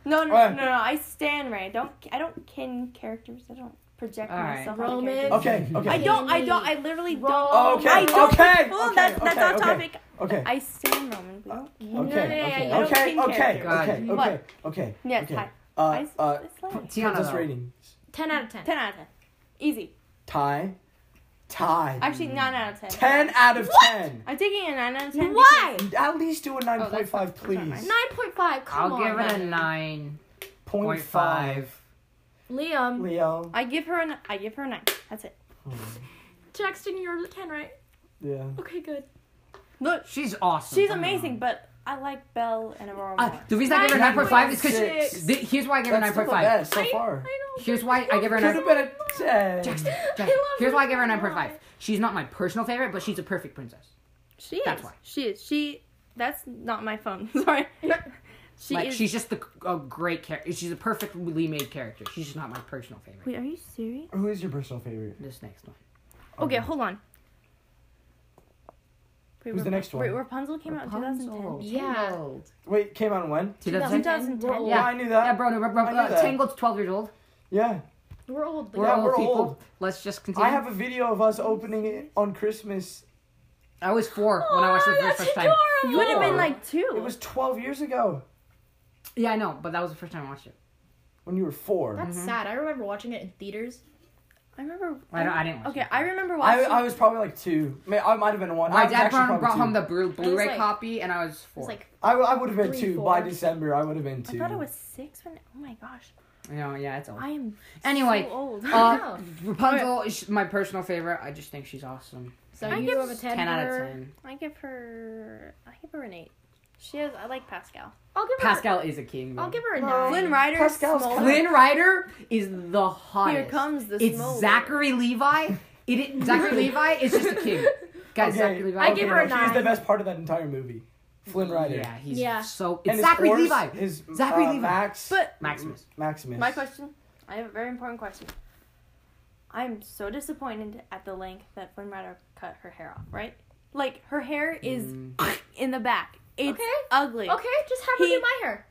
S4: No, no,
S1: Ray.
S4: no, no. I stand Ray. I don't I don't kin characters. I don't project
S3: All right.
S4: myself. onto
S8: Roman.
S4: characters. (laughs)
S1: Okay. Okay.
S4: I don't. I don't. I literally
S8: Roman.
S4: don't.
S1: Okay,
S4: I don't.
S1: okay,
S4: Oh,
S1: okay,
S4: that's that's
S1: okay,
S4: on
S1: okay.
S4: topic.
S1: Okay.
S4: I stand Roman. We don't
S1: Okay.
S4: I don't
S1: Okay. Okay.
S4: king
S1: Okay.
S4: characters.
S1: Okay.
S4: But-
S1: Okay. Okay.
S4: Yes,
S1: Okay.
S4: hi.
S1: Uh.
S4: I
S1: Uh.
S4: it's like
S3: Tiana
S1: Princess
S3: though.
S1: ratings.
S8: ten out of ten.
S4: ten out of ten. Easy.
S1: Tie. Tie.
S4: Actually, nine out of ten.
S1: Ten out of ten.
S4: I'm taking a nine out of ten.
S8: Why?
S1: At least do a nine point
S4: that's
S1: five,
S4: not- that's not
S1: please.
S8: Nine point five. Come
S3: I'll
S8: on.
S3: give it a
S8: man.
S3: nine
S1: Point
S3: point
S1: five.
S3: five.
S8: Liam,
S1: Leo.
S4: I give her an. I give her a nine. That's it.
S8: Jackson, you're ten, right?
S1: Yeah.
S8: Okay, good.
S4: Look,
S3: She's awesome.
S4: she's
S3: I don't know.
S4: amazing, but I like Belle and Aurora.
S3: Uh,
S4: more.
S3: the reason I give her nine point five is
S1: 9.6.
S3: because here's why I give her
S1: That's
S3: nine
S1: still
S3: point
S1: the
S3: five.
S1: best so far.
S3: Here's why I give her a
S1: Could
S3: nine.
S1: have been a ten.
S3: Jackson, Jackson. Here's why I give her a nine point five. She's not my personal favorite, but she's a perfect princess.
S4: She is.
S3: That's why.
S4: She is. She. That's not my phone. (laughs) Sorry. she
S3: like
S4: is.
S3: she's just the, a great character. She's a perfectly made character. She's just not my personal favorite.
S4: Wait, are you serious?
S1: Who is your personal favorite?
S3: This next one,
S4: Okay, hold on. Wait,
S1: Who's the next one?
S4: Wait, Rapunzel came out in 2010.
S8: Yeah.
S3: Tangled.
S1: Wait, came out in when?
S3: 2010.
S4: 2010.
S1: Yeah, I knew that.
S3: Yeah, bro, no, bro, bro,
S1: I knew that.
S3: uh, Tangled's 12 years old.
S1: Yeah.
S8: We're old.
S3: We're
S1: Yeah,
S3: old
S1: we're
S3: people.
S1: old.
S3: Let's just continue.
S1: I have a video of us opening it on Christmas.
S3: I was four
S1: Oh,
S3: when I watched it for the
S8: Oh, that's
S3: first time.
S4: You would have been like two.
S1: It was 12 years ago
S3: Yeah, I know, but that was the first time I watched it.
S1: when you were four.
S3: Mm-hmm.
S8: That's sad. I remember watching it in theaters.
S4: I remember.
S3: I, don't, I didn't watch
S4: Okay,
S3: it.
S4: I remember
S1: I,
S4: watching.
S1: I was probably like two. May- I might have been one. I
S3: My
S1: was
S3: dad
S1: actually
S3: brought,
S1: probably
S3: brought
S1: two.
S3: home the Blu- Blu-ray
S8: like-
S3: copy, and I was four.
S8: It's like
S1: I, w- I would have been
S8: Three,
S1: two.
S8: four.
S1: By December, I would have been
S4: I
S1: two.
S4: thought it was six when. Oh my gosh,
S3: no, yeah, it's old.
S4: I am.
S3: Anyway,
S4: so
S3: (laughs)
S4: old.
S3: uh, Rapunzel is my personal favorite. I just think she's awesome.
S8: so
S4: I
S8: you
S4: give
S8: have a ten.
S3: 10 out of
S4: her-
S3: 10.
S4: I give her. I give her an eight. She has. I like Pascal.
S8: I'll give her.
S3: Pascal is a king.
S8: I'll
S3: though.
S8: give her a
S1: No.
S8: nine.
S4: Flynn Rider.
S1: Pascal's
S4: Smolder.
S1: kind
S3: Flynn Rider is the hottest.
S4: Here comes the
S3: It's
S4: smolder.
S3: Zachary Levi. It
S1: (laughs)
S3: is, Zachary Levi is just a king. Guys,
S1: Okay,
S3: Zachary Levi.
S8: I give her a
S1: no, He's the
S8: nine.
S1: best part of that entire movie. Flynn Rider.
S3: Yeah, he's
S8: Yeah.
S3: so. It's
S1: And his
S3: Zachary
S1: horse
S3: Levi.
S1: Is,
S3: Zachary
S1: uh,
S3: Levi.
S1: Max.
S4: But
S3: Maximus.
S1: Maximus.
S4: my question. I have a very important question. I'm so disappointed at the length that Flynn Rider cut her hair off. Right, like her hair is
S1: Mm.
S4: (coughs) in the back. It's
S8: Okay.
S4: ugly.
S8: Okay, just have her
S4: He-
S8: do my hair.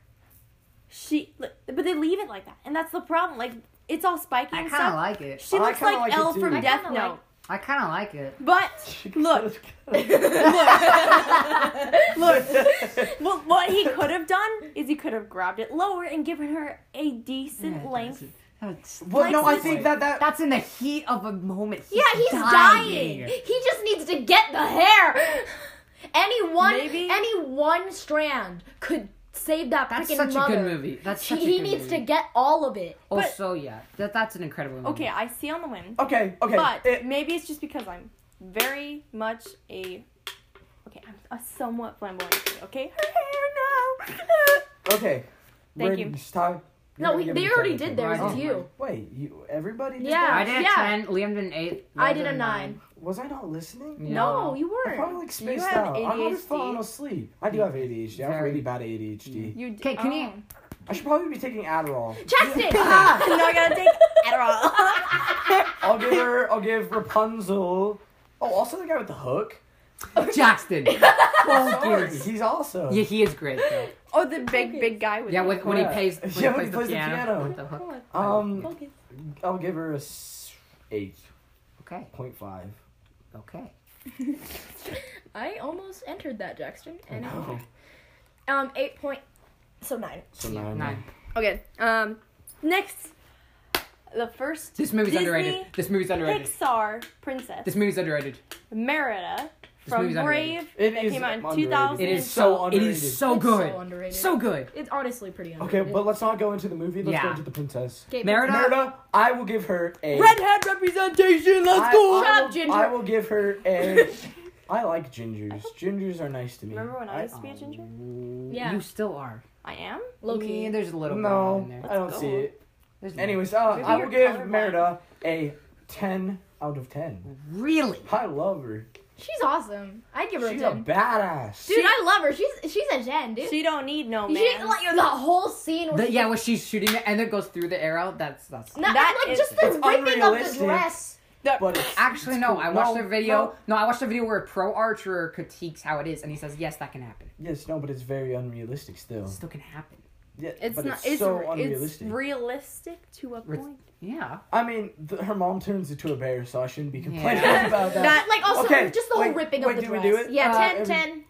S4: She, li- but they leave it like that, and that's the problem. Like it's all spiky
S3: I
S4: and
S3: kind
S4: stuff.
S3: of like it.
S4: she
S1: Oh, I
S4: looks
S1: kinda
S4: like,
S1: like it
S4: Elle
S1: too.
S4: from
S1: I
S4: Death
S8: kinda
S4: Note.
S8: like-
S3: I kind of like it.
S4: But
S8: (laughs)
S4: look,
S3: (laughs)
S1: Look.
S4: well, what he could have done is he could have grabbed it lower and given her a decent
S3: Yeah,
S4: length.
S3: that's- that's-
S1: (laughs) well, no, I
S4: Flexes.
S1: think that that
S3: That's in the heat of a moment.
S8: Yeah, he's dying. He just needs to get the hair. Any one,
S4: Maybe-
S8: any one strand could save that
S3: That's
S8: freaking
S3: such a
S8: mother.
S3: good movie. That's such
S8: he
S3: a
S8: he
S3: good
S8: needs
S3: movie.
S8: to get all of it.
S3: Oh,
S4: but-
S3: so yeah, that, that's an incredible
S1: Mm.
S3: movie.
S4: Okay, I see on the whim,
S1: Okay, okay.
S3: (laughs)
S4: but
S1: It-
S4: maybe it's just because I'm very much a okay, I'm a somewhat flamboyant. Okay, her hair no. (laughs)
S1: okay.
S4: Thank
S1: We're-
S4: you.
S1: it's time. You're
S8: No,
S1: gonna
S8: we,
S1: give
S8: they
S1: me
S8: already
S1: something.
S8: did theirs.
S3: Right.
S8: It's
S3: Oh,
S8: you.
S1: Wait, you everybody did
S8: Yeah.
S1: that?
S3: I did
S8: yeah.
S3: a ten. Liam did an eight.
S8: I
S3: Liam
S8: did a nine.
S1: Was I not listening?
S8: No,
S3: Oh,
S8: you weren't.
S1: I probably
S8: (laughs)
S1: like spaced
S4: have
S1: out. I'm
S4: ADHD.
S1: just falling asleep. I do have ADHD. I have
S3: Very.
S1: really bad ADHD.
S4: You
S3: Okay, can you-
S1: I should probably be
S8: (laughs)
S1: taking Adderall.
S3: (laughs)
S8: Chastity.
S4: you? oh. (laughs) No, I gotta take Adderall. (laughs)
S1: I'll give her. I'll give Rapunzel. Oh, also the guy with
S8: (laughs)
S1: the hook.
S3: Jackson.
S1: Sorry, he's also.
S3: yeah, he is great though.
S4: oh, the big big guy with
S3: Yeah,
S4: the-
S3: with, when he
S1: Yeah.
S3: plays, when
S1: Yeah,
S3: he plays, the, piano,
S1: piano.
S3: with the hook.
S8: (laughs)
S1: Um,
S8: Okay.
S1: I'll give her a s- eight
S3: Okay,
S1: point five.
S3: okay.
S2: I almost entered that, Jackson.
S3: Oh.
S2: And um, eight point. So nine.
S6: So nine.
S3: Nine.
S4: Okay. Um, next, the first.
S3: This movie's
S4: Disney
S3: underrated. This movie's underrated.
S4: Pixar princess
S3: This movie's underrated.
S4: Merida
S3: This
S4: from
S3: movie's underrated.
S4: Brave
S1: It
S4: that
S1: is
S4: came out in
S1: underrated.
S4: 2000.
S3: It is
S1: It's
S3: so.
S1: so
S3: It is so
S8: It's
S3: good.
S8: so underrated.
S3: So good.
S2: It's honestly pretty
S1: Okay,
S2: underrated.
S1: but let's not go into the movie. Let's go
S3: Yeah.
S1: into the princess.
S8: Okay,
S3: Merida.
S1: Merida, I will give her a.
S3: Redhead representation. Let's
S1: I-
S3: go.
S1: I
S2: Shut up,
S1: will-
S2: Ginger.
S1: I will give her a. I like gingers. Gingers are nice to me.
S4: Remember when I used to be a ginger?
S2: Yeah.
S3: Mm, You still are.
S4: I am.
S2: Low key.
S3: Yeah, there's a little
S1: No,
S3: girl in there.
S1: I don't
S4: Let's
S1: see
S4: go.
S1: it.
S3: There's-
S1: Anyways, uh, I will
S4: you're
S1: give
S4: colorblind.
S1: Merida a 10 out of
S3: Mm-hmm.
S1: 10.
S3: Really?
S1: I love her.
S2: She's awesome. I'd give her
S1: She's
S2: a
S1: a
S2: ten.
S1: badass.
S8: dude, I love her. She's she's a gen, dude.
S4: She don't need no
S8: you
S4: man.
S8: should like the whole scene. Where
S3: The,
S8: she,
S3: yeah, when she's shooting it and it goes through the arrow. That's that's.
S8: No,
S4: that
S8: like
S4: is-
S8: just the
S1: It's
S8: ripping of the
S1: unrealistic.
S8: dress.
S1: But it's,
S3: Actually,
S1: it's
S3: no.
S1: cool.
S3: I watched
S1: No,
S3: a video.
S1: no.
S3: No. I watched a video where a pro archer critiques how it is, and he says, "Yes, that can happen.
S1: Yes, no, but it's very unrealistic still.
S3: It still can happen."
S1: Yeah,
S4: it's
S1: but
S4: not.
S1: it's so
S4: re- it's
S1: unrealistic.
S4: realistic to a point.
S3: Yeah.
S1: I mean, th her mom turns into a bear, so I shouldn't be complaining (laughs)
S3: Yeah.
S1: about that.
S8: That, like also
S1: Okay,
S8: just the whole
S1: wait,
S8: ripping
S1: wait,
S8: of the
S1: did we
S8: dress.
S1: do it?
S8: Yeah,
S1: Uh,
S8: 10,
S1: um,
S8: 10.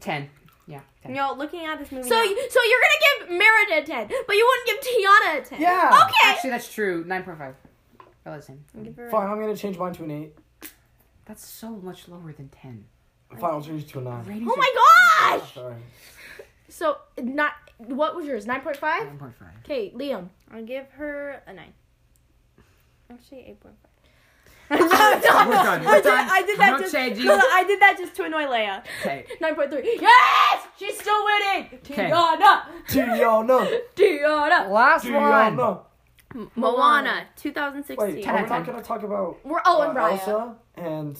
S3: Ten. Yeah. 10.
S4: No, looking at this movie.
S2: So,
S4: now,
S2: you- so you're gonna give Merida a ten, but you wouldn't give Tiana a ten.
S1: Yeah.
S2: Okay.
S3: Actually, that's true. Nine point five. About the same.
S4: give her a-
S1: Fine, I'm gonna change mine to an eight.
S3: That's so much lower than ten.
S1: Fine, I'll change it to a nine.
S3: Ratings
S2: Oh my gosh.
S1: Sorry.
S2: So not what was yours? Nine point five.
S1: Mm-hmm.
S3: Nine point five.
S2: Okay, Liam.
S4: I'll give her a nine. Actually, eight point five.
S3: (laughs) We're done. We're done.
S4: I did that
S3: No
S4: just.
S3: changing.
S4: No, no, I did that just to annoy Leia.
S3: Okay.
S2: (laughs) Nine point three. Yes, she's still winning. Tiana.
S1: Tiana,
S2: Tiana.
S3: Last one.
S1: Tiana.
S4: Moana,
S1: Wait,
S4: 2016.
S1: are we
S3: Ten.
S1: not gonna talk about
S2: We're oh and
S1: uh,
S2: Raya.
S1: Elsa and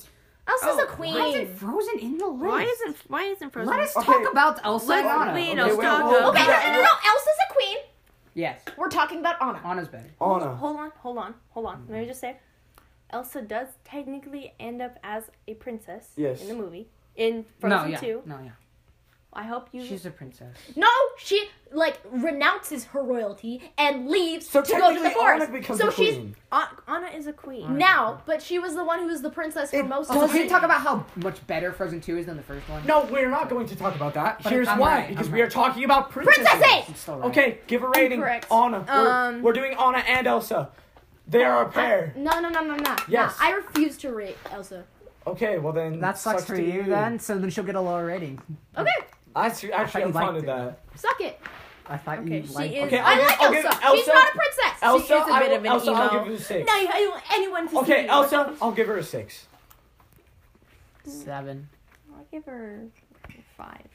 S1: Oh,
S2: Elsa's a
S3: Why isn't
S2: queen.
S3: Frozen in the list?
S4: Why isn't Why isn't Frozen?
S3: Let us
S1: Okay.
S3: talk about Elsa
S4: Let-
S3: and Anna.
S4: wait,
S1: Okay,
S4: no,
S1: wait,
S4: stop.
S1: hold on.
S2: Okay, no, no, no,
S1: (laughs) Yeah.
S2: no. Elsa's a queen.
S3: Yes,
S2: We're talking about Anna.
S3: Anna's better.
S1: Anna?
S4: Hold on, hold on, hold on. Let me just say, Elsa does technically end up as a princess
S1: Yes.
S4: in the movie in
S3: No,
S4: Frozen
S3: yeah,
S4: Two.
S3: no, yeah.
S4: I hope you.
S3: She's a princess.
S2: No, she like renounces her royalty and leaves
S1: So
S2: to go to the
S1: technically,
S2: forest.
S1: Anna becomes
S2: so
S1: a
S2: she's
S1: queen.
S4: An- Anna is a queen.
S2: now, but she was the one who was the princess for
S1: It
S2: most
S3: Also,
S2: of
S3: can
S2: the
S3: you talk about how much better Frozen Two is than the first one?
S1: No, we're not going to talk about that.
S3: But
S1: Here's
S3: I'm
S1: why:
S3: right,
S1: because
S3: I'm
S1: we are
S3: right.
S1: talking about princesses.
S2: Princesses!
S3: It's still right.
S1: Okay, give a rating.
S4: Incorrect.
S1: Anna. We're,
S4: Um,
S1: we're doing Anna and Elsa. They are a pair.
S2: No, no, no, no, no.
S1: Yes.
S2: No, I refuse to rate Elsa.
S1: Okay, well then.
S3: that sucks for
S1: to
S3: you then. So then she'll get a lower rating.
S2: Okay,
S1: I actually, actually
S3: you
S1: I'm fine
S3: liked
S1: with
S3: it.
S1: that.
S2: suck it.
S3: I thought
S4: Okay,
S3: you
S4: she
S3: liked
S4: is-
S1: Okay,
S2: I
S1: I'll give- I'll
S2: like Elsa.
S1: give
S2: She's not a princess.
S1: Elsa,
S4: is a
S1: I
S4: bit
S1: will-
S4: of an
S1: Elsa, I'll
S4: emo.
S1: give her a six.
S2: Now you- you- anyone to
S1: okay,
S2: see.
S1: Elsa, I'll give her a six.
S3: seven.
S4: I'll give her five.
S3: (clears throat)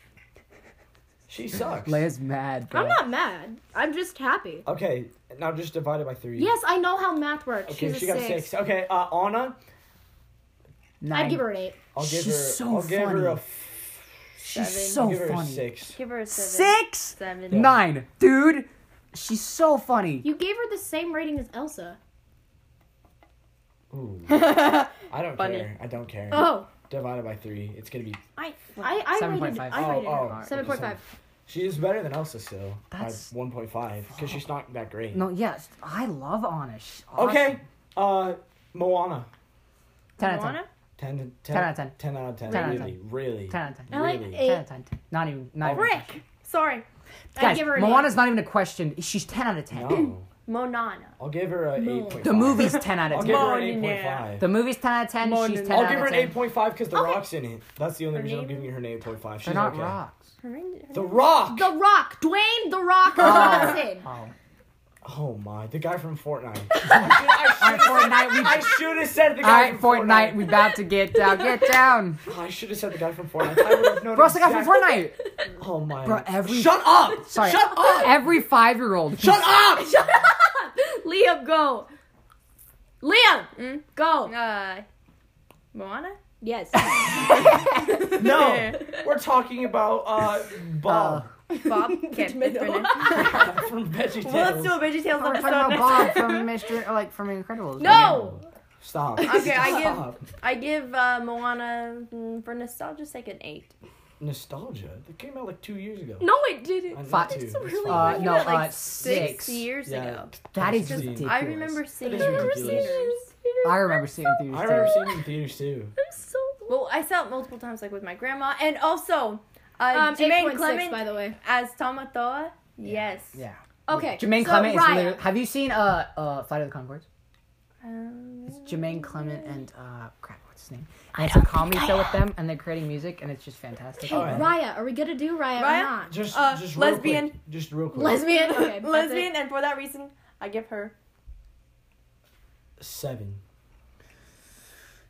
S1: She sucks.
S3: Leia's mad.
S2: I'm not mad. I'm just happy.
S1: Okay, now just divide it by three.
S2: Yes, I know how math works.
S1: Okay,
S2: She's
S1: she
S2: a
S1: got a six. Okay, uh, Anna,
S3: Nine.
S2: I'd give her an eight.
S1: I'll give
S3: She's
S1: her.
S3: so
S1: I'll give her a.
S3: funny.
S1: f-
S3: She's
S1: I'll
S3: so
S1: give her a
S3: funny.
S1: six.
S4: Give her a seven.
S3: Six.
S4: Seven.
S3: Nine, dude. She's so funny.
S2: You gave her the same rating as Elsa.
S3: (laughs)
S1: Ooh. I don't
S4: Funny.
S1: care. I don't care.
S2: Oh,
S1: Divide it by three. It's gonna be.
S4: I.
S2: I, I rated.
S3: 7.5.
S2: I
S1: oh,
S2: rated her.
S1: oh,
S2: Seven point five.
S1: She is better than Elsa still.
S3: That's-
S1: by one point five because she's not that great.
S3: No, yes, I love Anna. She's
S1: Okay.
S3: awesome.
S1: Uh, Moana.
S3: Ten out of ten.
S4: Moana?
S1: 10, to- 10,
S3: 10 out of 10.
S1: 10 out of 10.
S3: 10 out of
S1: really, really.
S3: Ten out of ten.
S2: I like
S1: Really?
S2: eight.
S3: Ten out of ten. Not even. Not even.
S4: Rick. Sorry,
S3: Guys,
S2: give her an
S3: Moana's not even a question. She's ten out of ten.
S1: No.
S4: Monana.
S1: I'll give her a 8.5.
S3: The movie's ten
S1: (laughs)
S3: out
S1: I'll
S3: of
S1: give
S3: ten.
S1: her
S4: Moana.
S1: an 8.5.
S3: The movie's ten out of ten.
S4: Moana.
S3: She's ten
S1: I'll
S3: out
S1: give her
S3: of
S1: an
S3: ten.
S1: 8.5 because the rock's in it. That's the only reason I'm giving her an 8.5. She's
S3: They're not
S1: okay.
S3: rocks.
S4: Her name- her
S1: The
S4: name-
S1: rock!
S2: The Rock, Dwayne
S1: (laughs)
S2: The Rock Johnson. (laughs)
S3: Oh.
S1: Oh my, the guy from Fortnite.
S4: (laughs)
S1: I
S3: Alright, Fortnite, we
S1: should have said the guy
S3: Alright,
S1: from
S3: Fortnite, we about to get down. Get down.
S1: I should have said the guy from Fortnite. I would have known
S3: (laughs) Bro, it's the guy from
S1: exactly-
S3: Fortnite.
S1: Oh my.
S3: Bro, every-
S1: Shut
S3: (laughs)
S1: up!
S3: Sorry.
S1: Shut up!
S3: Every five year old.
S1: Shut up!
S2: Liam, go. Liam, go.
S4: Uh, (laughs) Moana.
S2: Yes.
S4: (laughs)
S1: No, we're talking about uh, Bob
S4: Bob. Okay, that's her
S1: (laughs)
S4: name.
S1: from Veggie
S4: (laughs) Well, let's do a Veggie Tales
S3: We're talking
S4: episode.
S3: about Bob
S4: next
S1: (laughs)
S3: from Mr. like from Incredibles.
S2: no.
S1: Stop.
S4: Okay, I give-
S1: Stop.
S4: (laughs) I give uh, Moana mm, for nostalgia's sake an eight.
S1: Nostalgia. That came out like two years ago.
S2: No, it didn't.
S1: I know
S3: Fuck.
S1: too.
S2: It's
S1: That's
S2: really
S1: fine.
S3: Uh, no,
S4: Like
S3: uh,
S4: six
S3: six.
S4: years
S1: Yeah,
S4: ago.
S1: it's
S3: That is
S1: obscene.
S3: ridiculous.
S4: I remember seeing
S1: is
S4: her in
S1: ridiculous.
S4: theaters.
S3: I remember seeing it in theaters.
S9: I
S3: too.
S9: remember seeing it in theaters too.
S2: I'm so old.
S4: Well, I saw it multiple times, like with my grandma, and also uh,
S2: Um,
S4: Jermaine
S2: 8.6,
S4: Clement
S2: by the way.
S4: as Tomatoa. Yes.
S3: Yeah.
S2: Okay.
S3: Jermaine
S2: so
S3: Clement
S2: Raya.
S3: is literally. Have you seen uh uh Flight of the Concords?
S4: Um,
S3: It's Jermaine Clement and uh crap, what's his name? And it's a comedy show with them, and they're creating music, and it's just fantastic.
S2: Hey, Raya, are we gonna do Raya,
S4: Raya?
S2: or not?
S9: Just,
S4: Uh,
S9: just real
S4: lesbian.
S9: Quick, just real quick.
S2: (laughs) Lesbian. Okay, that's
S4: lesbian,
S2: it.
S4: and for that reason, I give her.
S9: Seven.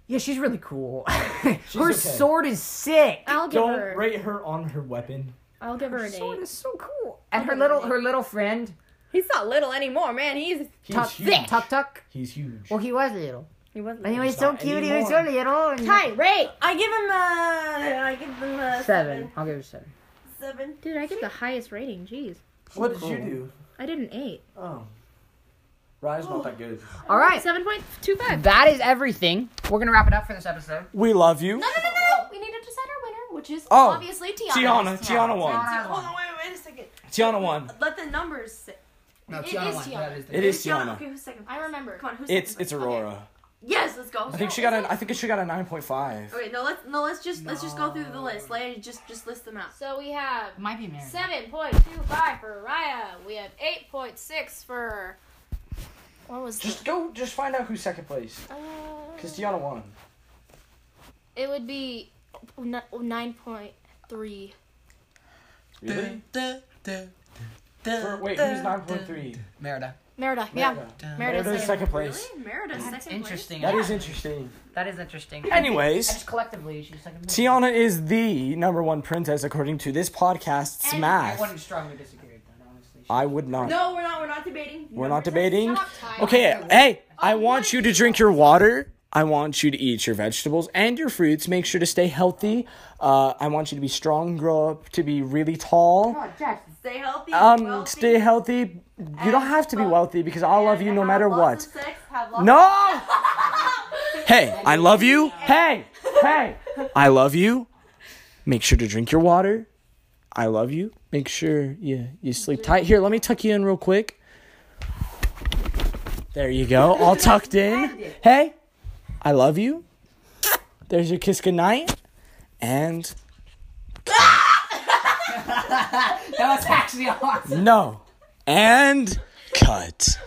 S3: Yeah, she's really cool. (laughs)
S9: She's
S3: Her
S9: okay.
S3: sword is sick.
S2: I'll give
S9: Don't
S2: her.
S9: rate her on her weapon.
S2: I'll give her an
S3: sword
S2: eight.
S3: is so cool. And her little her little friend
S4: He's not little anymore, man. He's
S9: He's
S3: Tuck
S9: huge.
S3: Tuck Tuck.
S9: He's huge.
S3: Well, he was little,
S4: he was.
S3: but he
S4: Anyway,
S3: was
S9: He's
S3: so
S9: not
S3: cute. He was so
S9: anymore.
S3: little. and-
S2: Hi, rate.
S4: I give him a. I give him a
S3: Seven. I'll give her seven.
S4: Seven.
S2: Dude, I get the highest rating. Jeez,
S9: what did you do?
S2: I did an eight.
S9: Oh. Ryan's not that good.
S3: All right.
S2: Seven point two five.
S3: That is everything. We're gonna wrap it up for this episode.
S1: We love you.
S2: No, no, no, no, no. We need to decide our winner, which is
S1: Oh.
S2: obviously Tiana.
S1: Tiana, Tiana won.
S4: Hold on, wait, wait a second.
S1: Tiana won.
S4: Let the numbers sit.
S3: No,
S2: It
S3: Tiana
S2: is
S3: won.
S2: Tiana.
S3: That is the-
S1: It is
S4: Okay,
S1: Tiana.
S4: who's second?
S2: I remember.
S4: Come on, who's
S1: It's
S4: second?
S1: it's Aurora.
S4: Yes, let's go.
S1: I think she got a I think she got a nine point five.
S4: Okay, no, let's no, let's just let's just go through the list. Like, just just list them out.
S2: So we have
S3: Might be married.
S2: seven point two five for Raya. We have eight point six for. What was
S1: Just go just find out who's second place.
S2: the? Uh,
S1: Because Tiana won.
S2: it would be nine point three.
S1: Really? For- wait, who's nine point three?
S3: Merida.
S2: Merida. Yeah. Merida.
S1: Merida's second place.
S4: Really? Merida's second place?
S3: Interesting.
S1: That is
S4: (laughs)
S1: interesting.
S3: That is interesting.
S1: Anyways.
S3: just collectively, she's like.
S1: Tiana is the number one princess according to this podcast's math.
S3: Everyone strongly disagreed with that, honestly.
S1: I would not.
S4: No, Oh we're not. We're not debating.
S1: We're not debating.
S2: Stop, Tyler.
S1: Okay, hey, I want you to drink your water. I want you to eat your vegetables and your fruits. Make sure to stay healthy. Uh, I want you to be strong, grow up to be really tall.
S4: Stay healthy.
S1: Um,
S4: wealthy,
S1: stay healthy. You don't have to be wealthy because I'll love you no
S4: have
S1: matter
S4: lots
S1: what.
S4: of sex, have lots of-
S1: No! Hey, I love you. Hey, hey, I love you. Make sure to drink your water. I love you. Make sure you, you sleep tight. Here, let me tuck you in real quick. There you go, all tucked in. Hey, I love you. There's your kiss goodnight. And
S3: That was actually awesome.
S1: no. And cut.